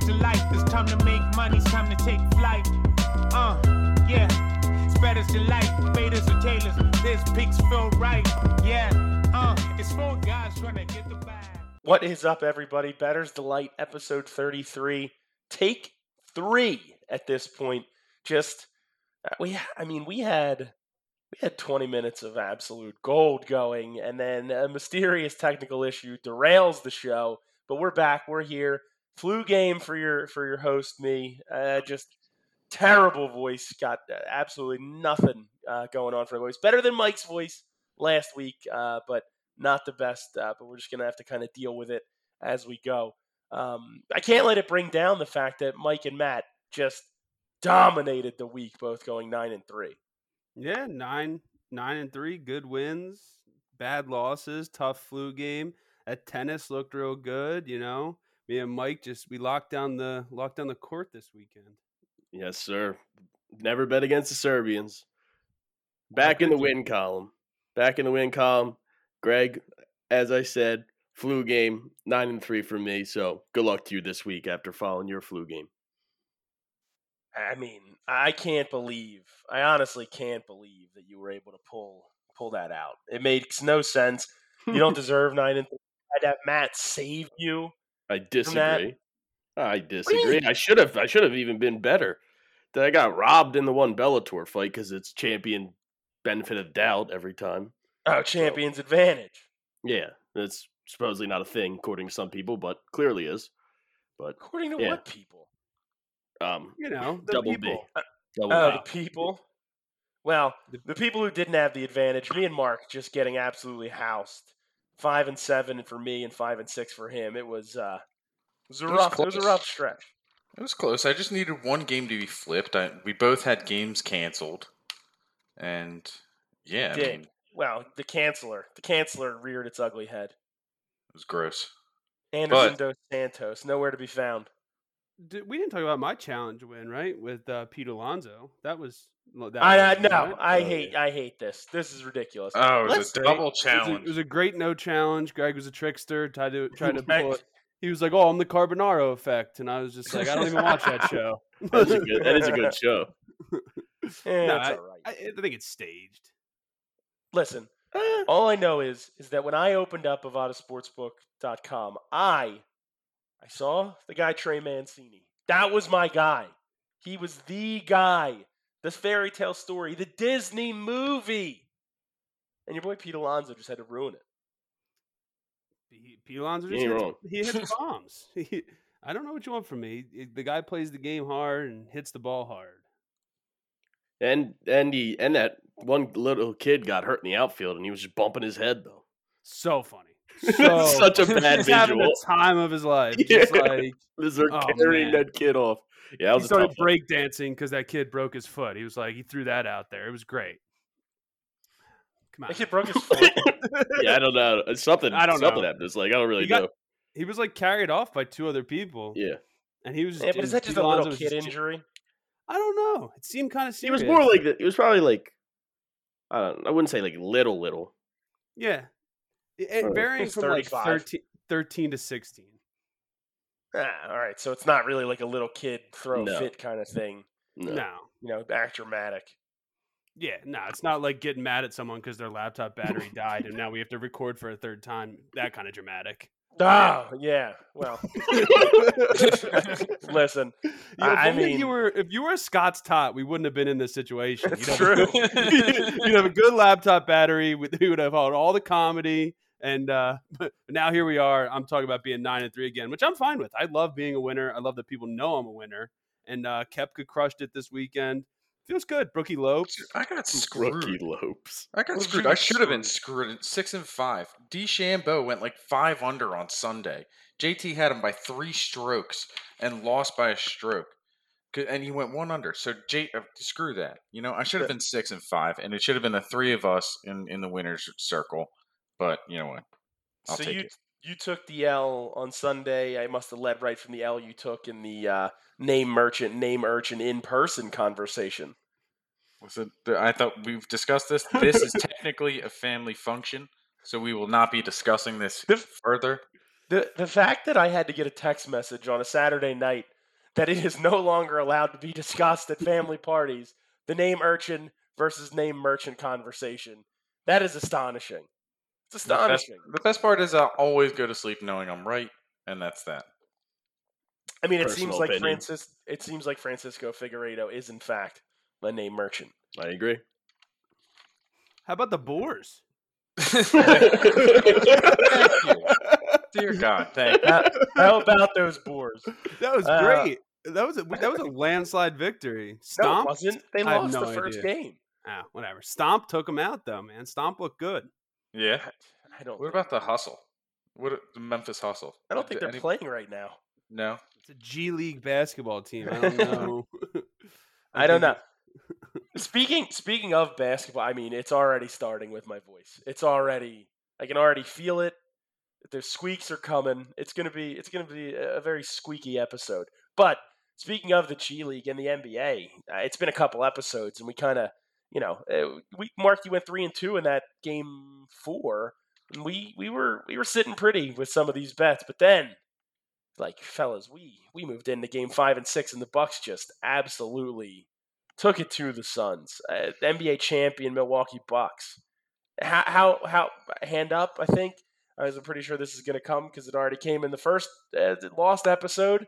to life. It's time to make money, it's time to take flight. Uh, yeah. Spreaders to light, faders to tailors. This pigs feel right. Yeah, uh, it's four guys trying to get the bag. What is up, everybody? Better's Delight, episode 33. Take three at this point. Just, uh, we, I mean, we had. We had 20 minutes of absolute gold going, and then a mysterious technical issue derails the show. But we're back. We're here. Flu game for your for your host, me. Uh, just terrible voice. Got uh, absolutely nothing uh, going on for my voice. Better than Mike's voice last week, uh, but not the best. Uh, but we're just gonna have to kind of deal with it as we go. Um, I can't let it bring down the fact that Mike and Matt just dominated the week, both going nine and three. Yeah, nine, nine and three, good wins, bad losses, tough flu game. At tennis looked real good, you know. Me and Mike just we locked down the locked down the court this weekend. Yes, sir. Never bet against the Serbians. Back in the win column. Back in the win column. Greg, as I said, flu game nine and three for me. So good luck to you this week after following your flu game. I mean, I can't believe. I honestly can't believe that you were able to pull pull that out. It makes no sense. You don't deserve nine and three. I'd have Matt save you. I disagree. I disagree. I should have. I should have even been better. That I got robbed in the one Bellator fight because it's champion benefit of doubt every time. Oh, champion's advantage. Yeah, it's supposedly not a thing according to some people, but clearly is. But According to Yeah. what people? um, You know, the double people. Uh, B, double Oh, B. the people. Well, the people who didn't have the advantage, me and Mark, just getting absolutely housed. Five and seven for me, and five and six for him. It was uh, it was a It was rough. It was a close. rough stretch. It was close. I just needed one game to be flipped. I, we both had games canceled, and yeah, I Did. mean, it Well, the canceller, the canceller reared its ugly head. was gross. Anderson dos Santos, nowhere to be found. Did, we didn't talk about my challenge win, right? With uh, Pete Alonso. That was that I, I was- no, right? I Oh, hate, I hate this. This is ridiculous. Oh, it was Let's a say- double It was a- challenge. It was a great no challenge. Greg was a trickster. Tried to tried to Right. pull it. He was like, "Oh, I'm the Carbonaro effect," and I was just like, "I don't even watch that show." That is a good, that is a good show. Eh, no, it's all right. I, I think it's staged. Listen, Eh, all I know is is that when I opened up avadasportsbook.com, I I saw the guy Trey Mancini. That was my guy. He was the guy. The fairy tale story, the Disney movie. And your boy Pete Alonso just had to ruin it. He, Pete Alonso You just ain't hits, wrong. he hits bombs. He, I don't know what you want from me. It- The guy plays the game hard and hits the ball hard. And and he and that one little kid got hurt in the outfield, and he was just bumping his head though. So funny. So Such a bad Oh. he's having visual. the time of his life. Just Yeah. like As they're Oh, carrying man. that kid off. Yeah, that he was a started tough one. breakdancing because that kid broke his foot. He was like, he threw that out there. It was great. Come on. That kid broke his foot. Yeah, I don't know. It's Something I don't something know. happened. It's like I don't really He got- know. He was like carried off by two other people. Yeah. And he was just. Yeah, but is and that just Pete a little Alonso was kid just- injury? I don't know. It seemed kind of He was serious. more like the, he was probably like I don't I wouldn't say like little little. Yeah. It- it Or- varying He's from like 35. 13, 13 to 16. Ah, all right, so it's not really like a little kid throw a No. fit kind of thing. No. no. You know, act dramatic. Yeah, no, it's not like getting mad at someone because their laptop battery died and now we have to record for a third time. That kind of dramatic. Oh, yeah. Well, listen, Yeah, if I only mean- you were if you were a Scott's tot, we wouldn't have been in this situation. It's You'd have a good- You'd have a good laptop battery. We we would have had all the comedy, and uh, but now here we are. I'm talking about being nine and three again, which I'm fine with. I love being a winner. I love that people know I'm a winner. And uh, Kepka crushed it this weekend. Feels good. Brookie Lopes. I got Rookie screwed. Lopes. I got screwed. I should have been screwed. Six and five. DeChambeau went like five under on Sunday. JT had him by three strokes and lost by a stroke. C- And he went one under. So J, uh, screw that. You know, I should have been six and five, and it should have been the three of us in in the winners circle. But you know what? I'll so take you it. you took the L on Sunday. I must have led right from the L you took in the uh, name merchant, name urchin in person conversation. Was it- th- I thought we've discussed this. This is technically a family function, so we will not be discussing this This- further. The the fact that I had to get a text message on a Saturday night that it is no longer allowed to be discussed at family parties. The name urchin versus name merchant conversation. That is astonishing. It's The best, astonishing. the best part is I always go to sleep knowing I'm right, and that's that. I mean, it Personal seems like opinion. Francis. It seems like Francisco Figueredo is in fact a name merchant. I agree. How about the Boers? Thank you. Dear God, thank you. How about those boars? That was Uh, great. That was a, that was a landslide No, victory. it Stomp. wasn't. They I have lost no the first idea. game. Ah, whatever. Stomp took him out though, man. Stomp looked good. Yeah. I don't. What about the hustle? What a- the Memphis hustle? I don't think Did they're any- playing right now. No. It's a G League basketball team. I don't know. I don't know. think- Speaking speaking of basketball, I mean, it's already starting with my voice. It's already I can already feel it. The squeaks are coming. It's gonna be it's gonna be a a very squeaky episode. But speaking of the G League and the NBA, uh, it's been a couple episodes, and we kind of you know uh, we Mark you went three and two in that game four. And we we were we were sitting pretty with some of these bets, but then like fellas, we we moved into game five and six, and the Bucks just absolutely took it to the Suns, uh, NBA champion Milwaukee Bucks. How how how hand up? I think I was pretty sure this is going to come because it already came in the first uh, lost episode.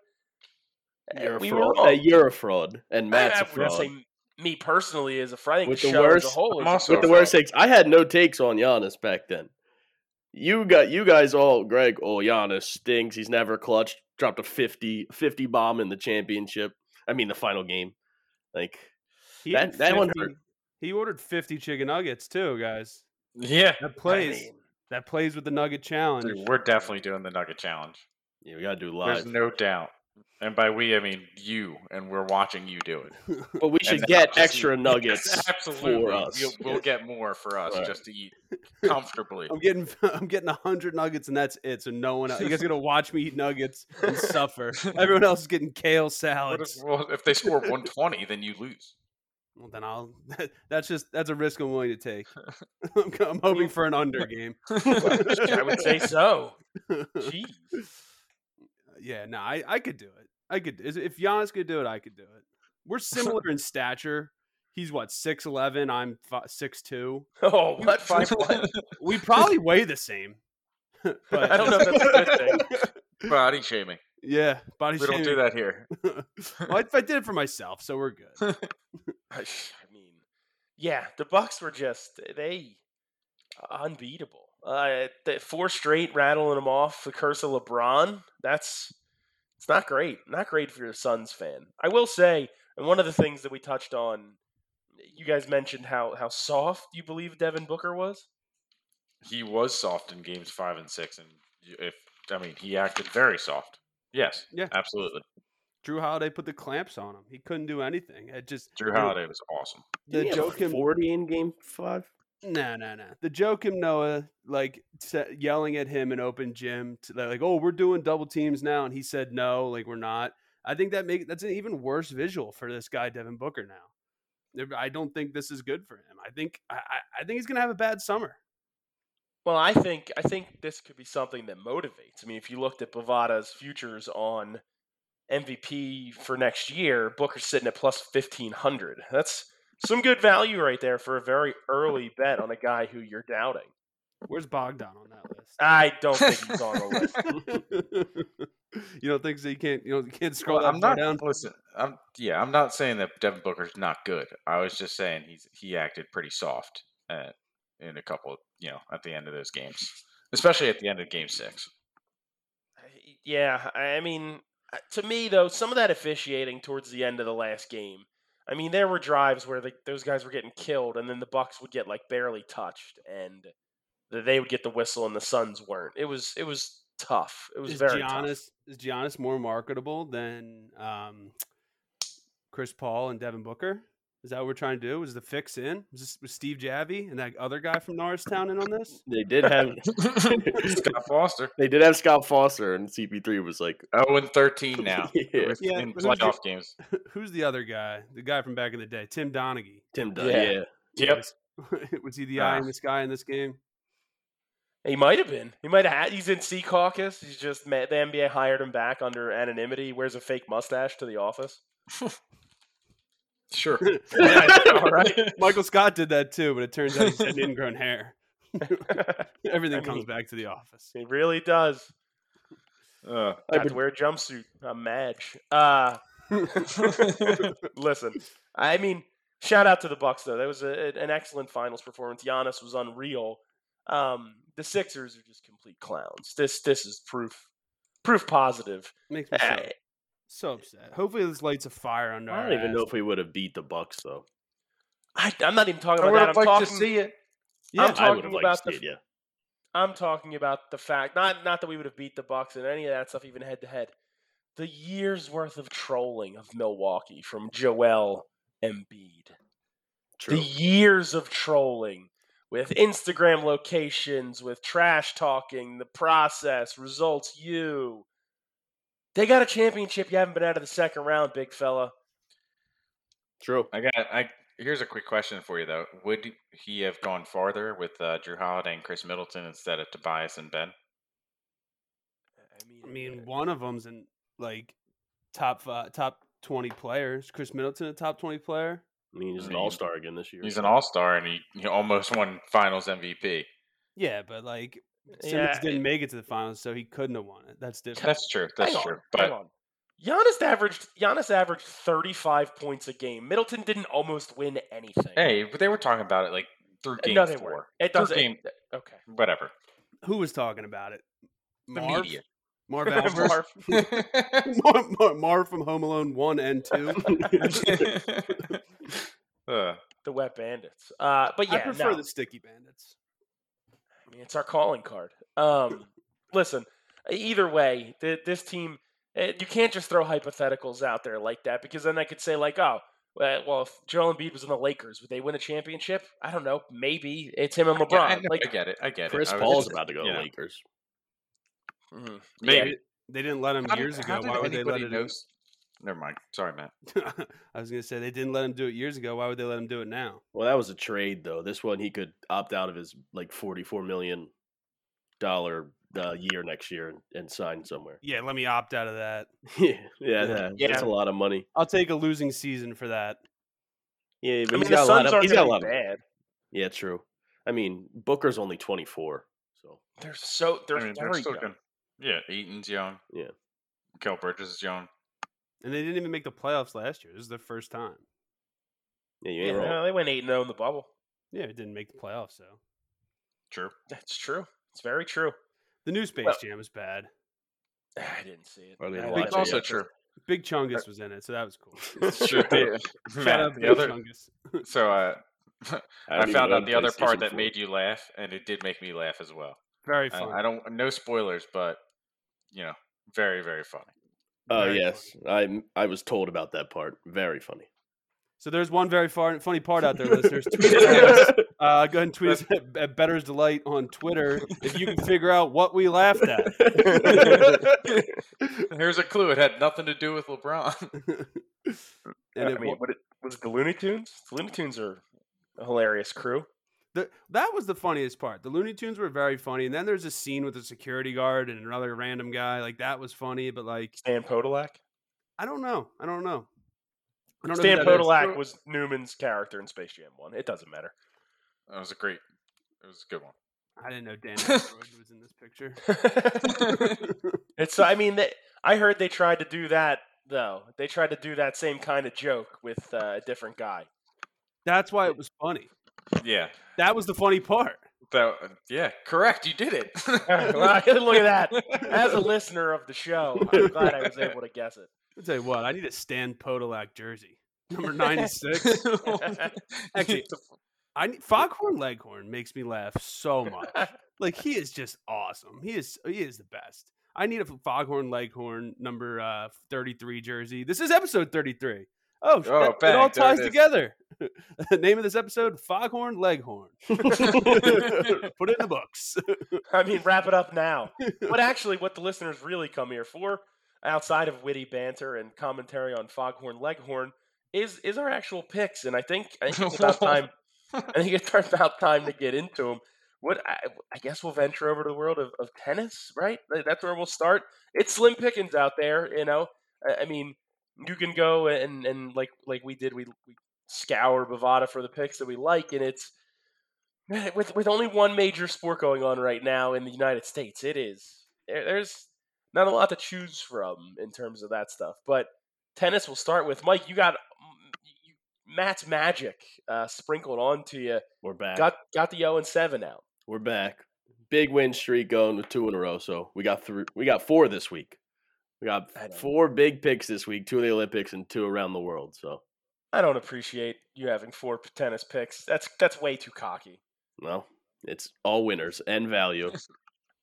Uh, You're a we were fraud. wrong. Uh, you're a fraud, and I- Matt's I a wouldn't fraud. say me personally is a friend. I think With the the show as a worst- whole. I'm is- also With the a worst fraud. takes, I had no takes on Giannis back then. You got you guys all Greg. Oh, Giannis stinks. He's never clutched. Dropped a 50, 50 bomb in the championship. I mean, the final game. Like He That- had that one hurt. He ordered fifty chicken nuggets too, guys. Yeah. That I plays mean, that plays with the nugget challenge. Dude, we're definitely doing the Nugget Challenge. yeah, we gotta do There's live. no doubt. And by we, I mean you, and we're watching you do it. but we and should that's get just- extra nuggets Absolutely. for us. We'll, we'll get more for us Right. just to eat comfortably. I'm getting I'm getting hundred nuggets and that's it. So no one else. You guys are gonna watch me eat nuggets and suffer. Everyone else is getting kale What salads. if, well, if they score 120, then you lose. Well, then I'll. that's just that's a risk I'm willing to take. I'm, go- I'm hoping for an under game. I would say so. Jeez. yeah, no, I, I could do it. I could. is- If Giannis could do it, I could do it. We're similar in stature. He's what six eleven. I'm six two. Oh, what five? one? We probably weigh the same. but I don't know if that's a good thing. Body shaming. Yeah, body We don't do shaming. that here. well, I, I did it for myself, so we're good. I mean, yeah, the Bucks were just they unbeatable. Uh, the four straight rattling them off. The curse of LeBron. That's it's not great. Not great for your Suns fan. I will say, and one of the things that we touched on, you guys mentioned how how soft you believe Devin Booker was. He was soft in games five and six, and y- if I mean he acted very soft. Yes, Yeah. absolutely. Drew Holiday put the clamps on him. He couldn't do anything. It just Drew Holiday was awesome. The Joakim forty in game five. No, no, no. The Joakim Noah like sa yelling at him in open gym, to, they're like, "Oh, we're doing double teams now," and he said, "No, like we're not." I think that make that's an even worse visual for this guy Devin Booker now. There- I don't think this is good for him. I think I, I I think he's gonna have a bad summer. Well, I think I think this could be something that motivates. I mean, if you looked at Bovada's futures on MVP for next year, Booker's sitting at plus fifteen hundred. That's some good value right there for a very early bet on a guy who you're doubting. Where's Bogdan on that list? I don't think he's on the list. you don't think so? You can't you, know, you can't scroll Well, that I'm far not down. listen. I'm yeah. I'm not saying that Devin Booker's not good. I was just saying he's he acted pretty soft at, in a couple. You know, at the end of those games, especially at the end of game six. Yeah, I I mean, uh, to me though, some of that officiating towards the end of the last game. I mean, there were drives where the, those guys were getting killed, and then the Bucks would get like barely touched, and th- they would get the whistle, and the Suns weren't. It was it was tough. It was is very Giannis tough. is Giannis more marketable than um, Chris Paul and Devin Booker? Is that what we're trying to do? Was the fix in? Was, this, was Steve Javy and that other guy from Norristown in on this? They did have Scott Foster, they did have Scott Foster, and CP3 was like, zero and thirteen now yeah, with- Yeah, in but who's your- playoff games. Who's the other guy? The guy from back in the day, Tim Donaghy. Tim Dunn. Yeah. yeah. Yep. Was, was he the eye in Ah. the sky in this game? He might have been. He might have had. He's in C caucus. He's just met, the NBA hired him back under anonymity. He wears a fake mustache to the office. Sure. Yeah, I know, right? Michael Scott did that too, but it turns out he had ingrown hair. Everything I comes mean- back to the office. He really does. Uh, I have to wear a jumpsuit. I'm mad. Uh, listen, I mean, shout out to the Bucks though. That was a, an excellent finals performance. Giannis was unreal. Um, the Sixers are just complete clowns. This this is proof proof positive. Makes me so, so upset. Hopefully, this lights a fire under. I our don't even ass. know if we would have beat the Bucks though. I, I'm not even talking I about would that. have I'm liked to talking. see it. Yeah. I'm I would talking have liked about to the see it. Yeah. I'm talking about the fact not not that we would have beat the Bucks and any of that stuff even head to head. The years worth of trolling of Milwaukee from Joel Embiid. True. the years of trolling with Instagram locations, with trash talking, the process, results, you. They got a championship. You haven't been out of the second round, big fella. True. I got. I here's a quick question for you though. Would he have gone farther with uh, Drew Holiday and Chris Middleton instead of Tobias and Ben? mean, I mean, one of them's in like top five, top twenty players. Chris Middleton, a top twenty player. I mean, he's I an mean, all star again this year. He's an All Star and he, he almost won Finals MVP. Yeah, but like Simmons yeah, didn't make it to the finals, so he couldn't have won it. That's different. That's true. That's hang true. on, hang But on. Giannis averaged Giannis averaged 35 points a game. Middleton didn't almost win anything. hey, but they were talking about it like through game no, they weren't. four, It Third doesn't. game. Okay. whatever. Who was talking about it? The Marv? media. Marv Albert. Marv. Marv, Marv, Marv from Home Alone one and two. uh, the Wet Bandits. Uh, but yeah, I prefer no. the Sticky Bandits. I mean, it's our calling card. Um, listen, either way, th- this team, eh, you can't just throw hypotheticals out there like that because then I could say, like, oh, eh, well, if Joel Embiid was in the Lakers, would they win a championship? I don't know. Maybe it's him and I LeBron. get- I, know- like, I get it. I get Chris it. I was Paul's just- about to go to yeah. the Lakers. mhm. Maybe. They- They didn't let him How did- years how ago. did Why would they let anybody it? know s- Never mind. Sorry, Matt. I was gonna say they didn't let him do it years ago. Why would they let him do it now? Well, that was a trade though. This one he could opt out of his like forty four million dollar uh, year next year and, and sign somewhere. Yeah, let me opt out of that. yeah, yeah, that- that's Yeah. a lot of money. I'll take a losing season for that. Yeah, but I mean, he's the got a lot Suns of. aren't He's got a really lot of. bad. Yeah, true. I mean, Booker's only twenty four, so They're so they're I mean, very still young. good. Yeah, Eaton's young. Yeah. Kel Burgess is young. And they didn't even make the playoffs last year. This is their first time. yeah, you Yeah, ain't wrong. no, they went eight and zero in the bubble. Yeah, it didn't make the playoffs, so. True. That's true. It's very true. The new Space Well- Jam is bad. I didn't see it. Well, they I didn't didn't watch It's it see also yet. true. Big Chungus was in it, so that was cool. It's true. Shout out Matt, Big the other, Chungus. so uh, don't I, even found own out the other PlayStation part that 4. made you laugh, and it did make me laugh as well. Very I, fun. I don't no spoilers, but you know, very very funny. Oh Very yes, funny. I I was told about that part. Very funny. So there's one very far, funny part out there, listeners. Tweet it at us. Uh, go ahead and tweet us at, at Better's Delight on Twitter if you can figure out what we laughed at. Here's a clue: it had nothing to do with LeBron. And I it, mean, what it, was it the Looney Tunes? The Looney Tunes are a hilarious crew. The, that was the funniest part. The Looney Tunes were very funny, and then there's a scene with a security guard and another random guy. Like that was funny, but like Stan Podolak. I don't know, I don't know, I don't Stan know. who that is. Podolak was Newman's character in Space Jam One. It doesn't matter. That was a great. It was a good one. I didn't know Dan Aykroyd was in this picture. it's I mean they, I heard they tried to do that though. They tried to do that same kind of joke with uh, a different guy. That's why it was funny. Yeah. That was the funny part. That, uh, yeah. Correct. You did it. Well, Look at that. As a listener of the show, I'm glad I was able to guess it. I'll tell you what, I need a Stan Podolak jersey, number ninety six. Actually, I need, Foghorn Leghorn makes me laugh so much. Like he is just awesome. He is he is the best. I need a Foghorn Leghorn number uh, 33 jersey. This is episode 33. Oh, sh- Oh, that- it bang, all there it ties is. together. the name of this episode, Foghorn Leghorn. Put it in the books. I mean, wrap it up now. But actually, what the listeners really come here for, outside of witty banter and commentary on Foghorn Leghorn, is is our actual picks. And I think, I think it's about time. I think it's about time to get into them. what I, I guess we'll venture over to the world of, of tennis, right? Th- That's where we'll start. It's slim pickings out there, you know. I, I mean, you can go and and like like we did, we, we scour Bovada for the picks that we like, and it's with with only one major sport going on right now in the United States. It is there, there's not a lot to choose from in terms of that stuff, but tennis will start with Mike. You got mm, you, Matt's magic uh, sprinkled onto you. We're back. Got got the 0 and 7 out. We're back. Big win streak going with two in a row. So we got three. We got four this week. We got I know. four big picks this week: two in the Olympics and two around the world. So I don't appreciate you having four p- tennis picks. That's that's way too cocky. no, it's all winners and value. All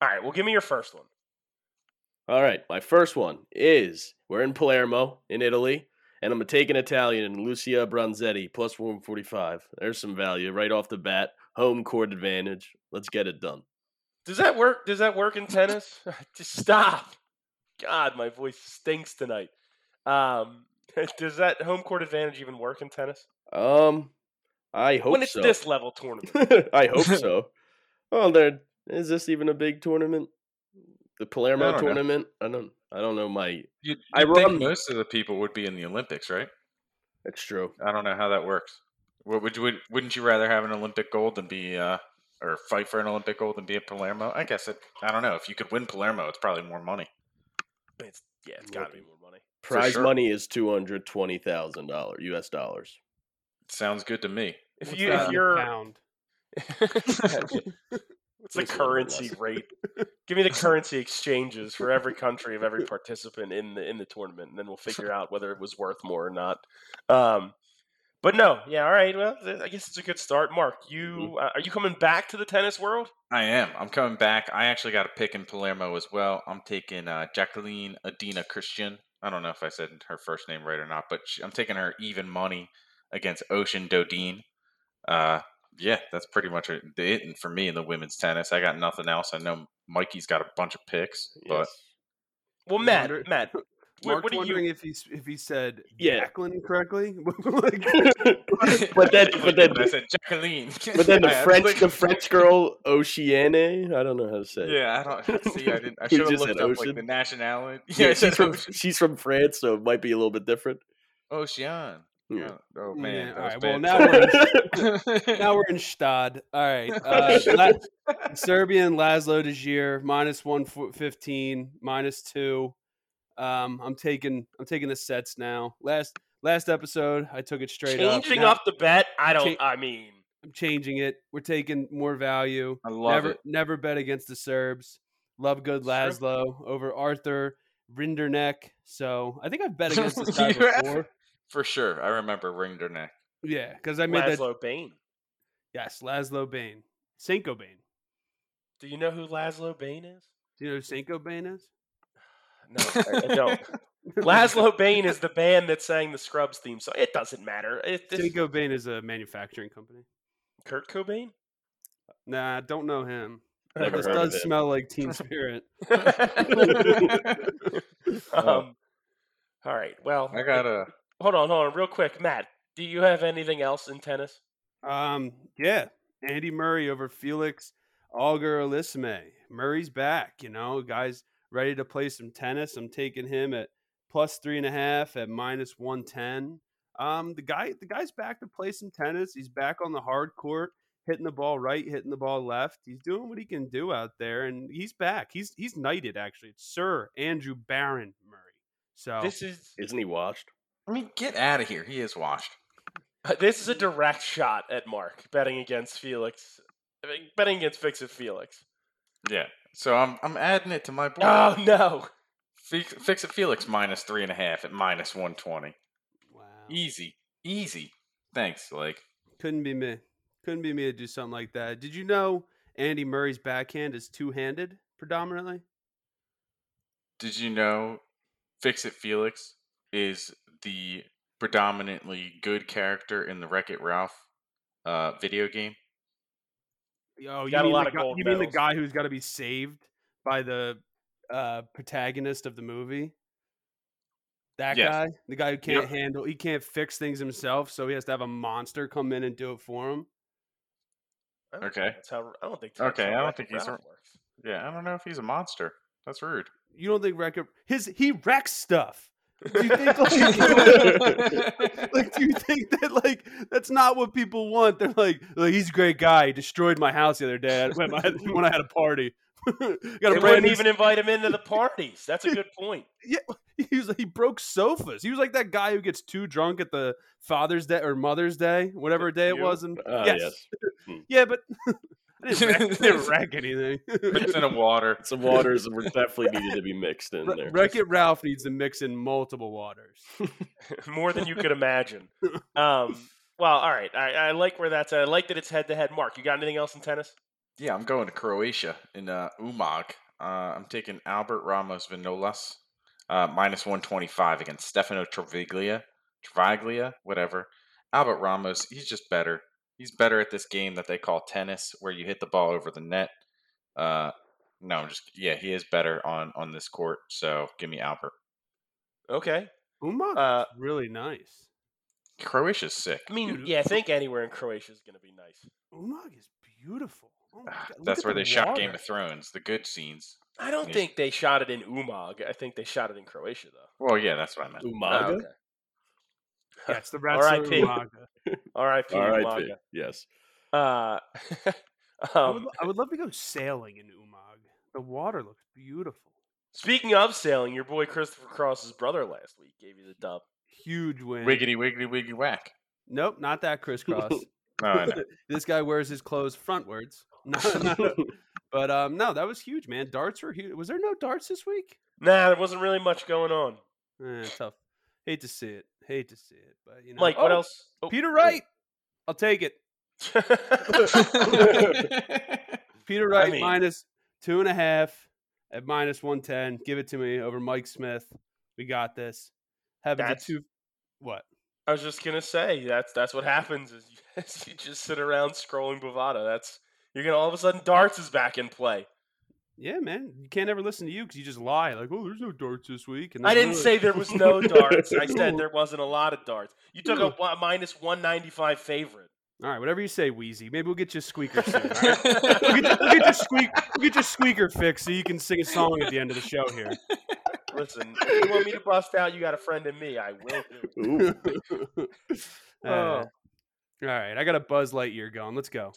right, well, give me your first one. All right, my first one is we're in Palermo in Italy, and I'm gonna take an Italian and Lucia Bronzetti plus 145. There's some value right off the bat. Home court advantage. Let's get it done. Does that work? Does that work in tennis? Just stop. God, my voice stinks tonight. Um, does that home court advantage even work in tennis? Um, I hope when it's so. this level tournament, I hope so. Well, there is this even a big tournament? The I Palermo don't know. tournament? I don't. I don't know. My You'd, I you'd think run- most of the people would be in the Olympics, right? that's true. I don't know how that works. What would you would, wouldn't you rather have an Olympic gold than be uh, or fight for an Olympic gold than be at Palermo? I guess it. I don't know if you could win Palermo, it's probably more money. it's yeah, it's got to be Would more money. Prize sure. money is two hundred twenty thousand dollars U.S. dollars. Sounds good to me. If What's you that in if a you're pound. It's the Listen, listen. currency rate. Give me the currency exchanges for every country of every participant in the in the tournament, and then we'll figure out whether it was worth more or not. Um, but no, yeah, all right. Well, th- I guess it's a good start. Mark, Mm-hmm. you uh, are you coming back to the tennis world? I am. I'm coming back. I actually got a pick in Palermo as well. I'm taking uh, Jacqueline Adina Christian. I don't know if I said her first name right or not, but she, I'm taking her even money against Ocean Dodine. Uh, yeah, that's pretty much it it for me in the women's tennis. I got nothing else. I know Mikey's got a bunch of picks, but Well, Matt, Wonder- Matt, wh- Mark's what do wondering you? if he s- if he said Yeah. Jacqueline correctly. Like, But then- but then- I said Jacqueline. But then the I was French, like- the French girl Oceane, I don't know how to say. it. Yeah, I don't see. I didn't. I You should have just looked said up Ocean. like the nationality. Yeah, I said she's from Ocean. she's from France, so it might be a little bit different. Ocean. Yeah. Oh, oh Yeah, man. all right, that well, was now we're- bad. now we're in Stad. All right. Uh, La- Serbian Laszlo Dejir minus one fifteen, minus two. Um, I'm taking I'm taking the sets now. Last last episode, I took it straight up. Changing Now up, the bet, I don't. uh, Cha- I mean, I'm changing it. We're taking more value. I love never it. never bet against the Serbs. Love good Sure. Laszlo over Arthur Rinderneck. So I think I've bet against this guy You have? before. For sure. I remember ring their neck. Yeah, because I made that. Laszlo Bain. Yes, Laszlo Bain, Senko Bain. Do you know who Laszlo Bain is? Do you know who Senko Bain is? No, I, I don't. Laszlo Bain is the band that sang the Scrubs theme song. It doesn't matter. It, this, Senko Bain is a manufacturing company. Kurt Cobain? Nah, don't know him. But Never this heard of does him. smell like Teen Spirit. Oh. um, all right. Well, I got a. hold on, hold on, real quick, Matt. Do you have anything else in tennis? Um, yeah, Andy Murray over Felix Auger Alissime. Murray's back, you know, guys ready to play some tennis. I'm taking him at plus three and a half at minus one ten. Um, the guy, the guy's back to play some tennis. He's back on the hard court, hitting the ball right, hitting the ball left. He's doing what he can do out there, and he's back. He's he's knighted actually. It's Sir Andrew Barron Murray. So This is Isn't he washed? I mean, get out of here. He is washed. this is a direct shot at Mark betting against Felix, I mean, betting against Fix of Felix. Yeah. So I'm I'm adding it to my board. Oh no! Fix, fix it, Felix minus three and a half at minus one twenty. wow, Easy, easy. Thanks, like Couldn't be me. Couldn't be me to do something like that. Did you know Andy Murray's backhand is two handed predominantly? Did you know Fix It Felix is the predominantly good character in the Wreck It Ralph uh, video game? Oh, you Got a mean lot the of guy, gold You mean the medals. guy who's got to be saved by the uh, protagonist of the movie? That Yes. guy, the guy who can't handle, he can't fix things himself, so he has to have a monster come in and do it for him. I don't think Okay. That's how I don't think. Okay, how I don't Wreck-It think he's Ralph a- works. Yeah, I don't know if he's a monster. That's rude. You don't think wreck his he wrecks stuff. Do you think Ah, like, like, do you think that like that's not what people want? They're like, like he's a great guy. He destroyed my house the other day when, my, when I had a party. Got a They brand wouldn't new even invite him into the parties. That's a good point. he was he broke sofas. He was like that guy who gets too drunk at the Father's Day or Mother's Day, whatever day it You? was. And Ah, Yes. yes. yeah, but I didn't wreck, I didn't wreck anything. Mixing of water. Some waters were definitely needed to be mixed in there. Wreck It Ralph needs to mix in multiple waters. More than you could imagine. Um, well, all right. I, I like where that's. At. I like that it's head to head. Mark, you got anything else in tennis? Yeah, I'm going to Croatia in uh, Umag. Uh, I'm taking Albert Ramos Vinolas uh, minus 125 against Stefano Travaglia. Travaglia, whatever. Albert Ramos, he's just better. He's better at this game that they call tennis, where you hit the ball over the net. Uh, no, I'm just yeah, he is better on on this court. So give me Albert. Okay. Umag, Uh, really nice. Croatia's sick. I mean, Dude. yeah, I think anywhere in Croatia is going to be nice. Umag is beautiful. Oh my Ah, God, look That's at where the they shot Game water. of Thrones, the good scenes. I don't Yeah. think they shot it in Umag. I think they shot it in Croatia, though. Well, yeah, that's what I meant. Oh, Umaga? okay. Yeah, it's the rats of R.I.P.. Umaga. R.I.P. R.I.P. Umaga. Yes. Uh, I, would, um, lo- I would love to go sailing in Umag. The water looks beautiful. speaking of sailing, your boy Christopher Cross's brother last week gave you the dub. Huge win. Wiggity, wiggity, wiggy, whack. Nope, not that crisscross. Oh, I know. this guy wears his clothes frontwards. No, no. but um, no, that was huge, man. Darts were huge. Was there no darts this week? Nah, there wasn't really much going on. Eh, tough. Hate to see it. Hate to see it. But you know, Mike, what Oh, else? Oh. Peter Wright. I'll take it. Peter Wright mean- minus two and a half at minus one ten. Give it to me over Mike Smith. We got this. Happens at That's- two. What? I was just gonna say that's that's what happens is you, is you just sit around scrolling Bovada. That's you're gonna all of a sudden darts is back in play. Yeah, man. You can't ever listen to you because you just lie. Like, oh, there's no darts this week. And I there's didn't no-" say there was no darts. I said Ooh. there wasn't a lot of darts. You took Ooh. a wa- minus one ninety five favorite. All right, whatever you say, Wheezy. Maybe we'll get you a squeaker soon. all right? we'll, get, we'll get your squeak, we'll get your squeaker fixed so you can sing a song at the end of the show here. Listen, if you want me to bust out? You got a friend in me. I will. Do it. Ooh. Uh, Oh. all right, I got a Buzz Lightyear going. Let's go.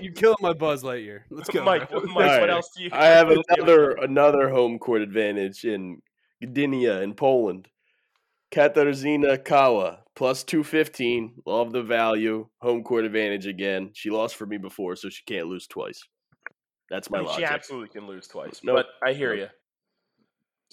You killed my Buzz Lightyear. Let's go. Mike, bro. what, Mike what Alright. else do you? I have what else do you- another another home court advantage in Gdynia in Poland. Katarzyna Kawa plus two fifteen. Love the value. Home court advantage again. She lost for me before, so she can't lose twice. That's I my mean, she logic. absolutely can lose twice. Nope. But I hear you.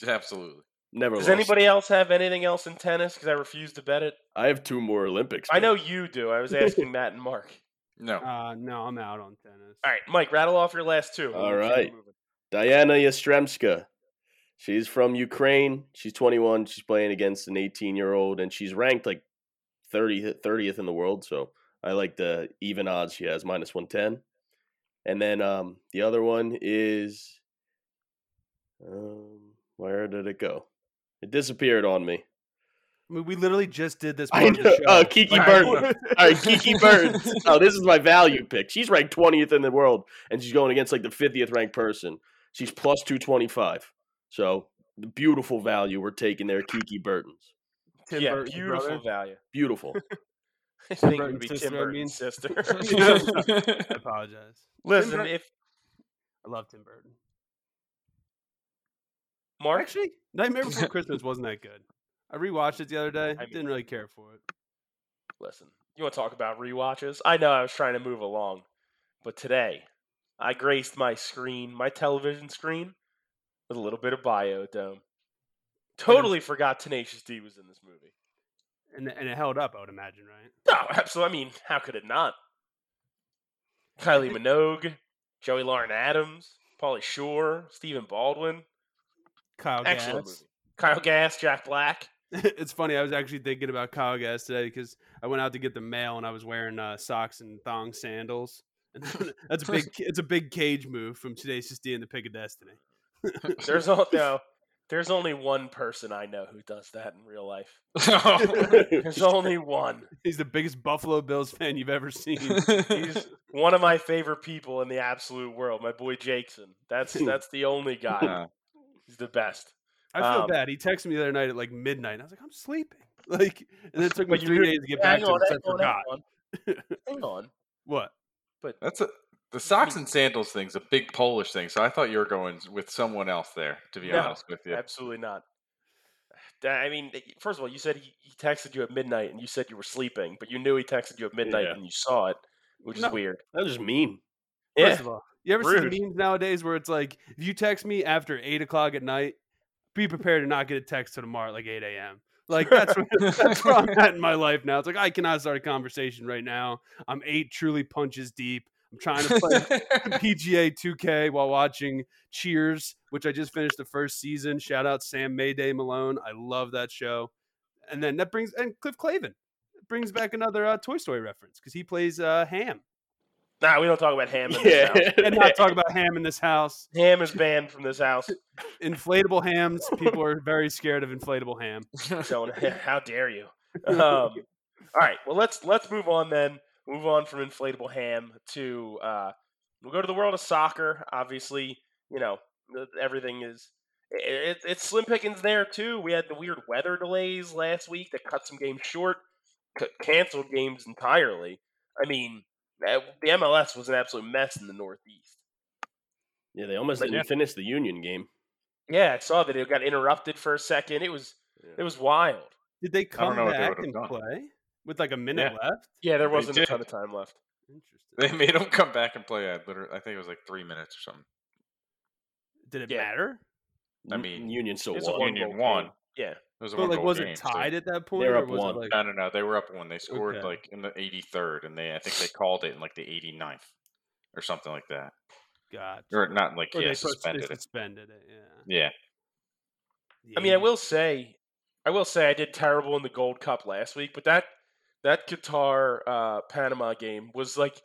Absolutely. Never Does lost. anybody else have anything else in tennis? Because I refuse to bet it. I have two more Olympics. I man. know you do. I was asking Matt and Mark. No. Uh, no, I'm out on tennis. All right, Mike, rattle off your last two. and All we'll keep it right. moving. Diana Yastremska. She's from Ukraine. She's 21. She's playing against an 18 year old, and she's ranked like 30, 30th in the world. So I like the even odds she has, minus 110. And then um, the other one is. Um, where did it go? It disappeared on me. I mean, we literally just did this part I of the know. show. Oh, Kiki Like, Burton. All right, Kiki Burns. Oh, this is my value pick. She's ranked 20th in the world, and she's going against like the 50th ranked person. She's plus 225. So, the beautiful value we're taking there, Kiki Burton's. Tim yeah, Burton's beautiful brother. value. Beautiful. I think it would Burton's be sister, Tim I mean. Burton's sister. I apologize. Listen, Burton- if I love Tim Burton. Mark, Actually, Nightmare Before Christmas wasn't that good. I rewatched it the other day. I mean- Didn't really care for it. listen, you want to talk about rewatches? I know I was trying to move along, but today I graced my screen, my television screen, with a little bit of biodome. Totally forgot Tenacious D was in this movie. And, and it held up, I would imagine, right? No, absolutely. I mean, how could it not? Kylie Minogue, Joey Lauren Adams, Pauly Shore, Stephen Baldwin. Kyle Excellent Gass. movie. Kyle Gass, Jack Black. it's funny. I was actually thinking about Kyle Gas today because I went out to get the mail and I was wearing uh, socks and thong sandals. And that's a big. It's a big cage move from today's just D and the Pick of Destiny. There's all no. There's only one person I know who does that in real life. oh, There's only one. He's the biggest Buffalo Bills fan you've ever seen. He's one of my favorite people in the absolute world. My boy Jackson. That's that's the only guy. Yeah. He's the best. I feel Um, bad. He texted me the other night at like midnight. And I was like, I'm sleeping. Like, and then it took me But you three do- days to get back to him. so I forgot. hang on. Hang on. What? that's a the socks and sandals thing's a big Polish thing, so I thought you were going with someone else there. To be No, honest with you, Absolutely not. Th- I mean, th- first of all, you said he, he texted you at midnight, and you said you were sleeping, but you knew he texted you at midnight, Yeah. and you saw it, which No. is weird. That's just mean. First Yeah, of all, you ever rude. see memes nowadays where it's like, if you text me after eight o'clock at night, be prepared to not get a text till tomorrow at like eight a.m. Like that's where, that's where I'm at in my life now. It's like I cannot start a conversation right now. I'm eight truly punches deep. I'm trying to play PGA 2K while watching Cheers, which I just finished the first season. Shout out Sam Mayday Malone. I love that show. And then that brings and Cliff Clavin brings back another uh, Toy Story reference because he plays uh, Ham. nah, we don't talk about ham. In this Yeah. house. And not talk about Ham in this house. Ham is banned from this house. Inflatable hams. People are very scared of inflatable ham. Don't. How dare you? Um, all right. Well, let's let's move on then. Move on from inflatable ham to uh, we'll go to the world of soccer. Obviously, you know th- everything is. i- i it, it's slim pickings there too. We had the weird weather delays last week that cut some games short, c- canceled games entirely. I mean, uh, the MLS was an absolute mess in the Northeast. Yeah, they almost But didn't yeah. finish the union game. Yeah, I saw that it got interrupted for a second. It was Yeah. it was wild. Did they don't come know what they back would've and done. play with like a minute left? Yeah, there They wasn't a did. ton of time left. Interesting. they made him come back and play. I literally, I think it was like three minutes or something. Did it Yeah. matter? I Un- mean, union still it's a won. one Union goal won. game. Yeah. It was a But like, one-goal was it game, so- tied at that point? They're or up was one. It like, No, no, no. They were up one. They scored Okay. like in the 83rd, and they I think they called it in like the 89th or something like that, God. or not like Or yeah, they, put- suspended they it. suspended it. Yeah. Yeah, I mean, I will say, I will say, I did terrible in the Gold Cup last week, but that that Qatar uh, Panama game was like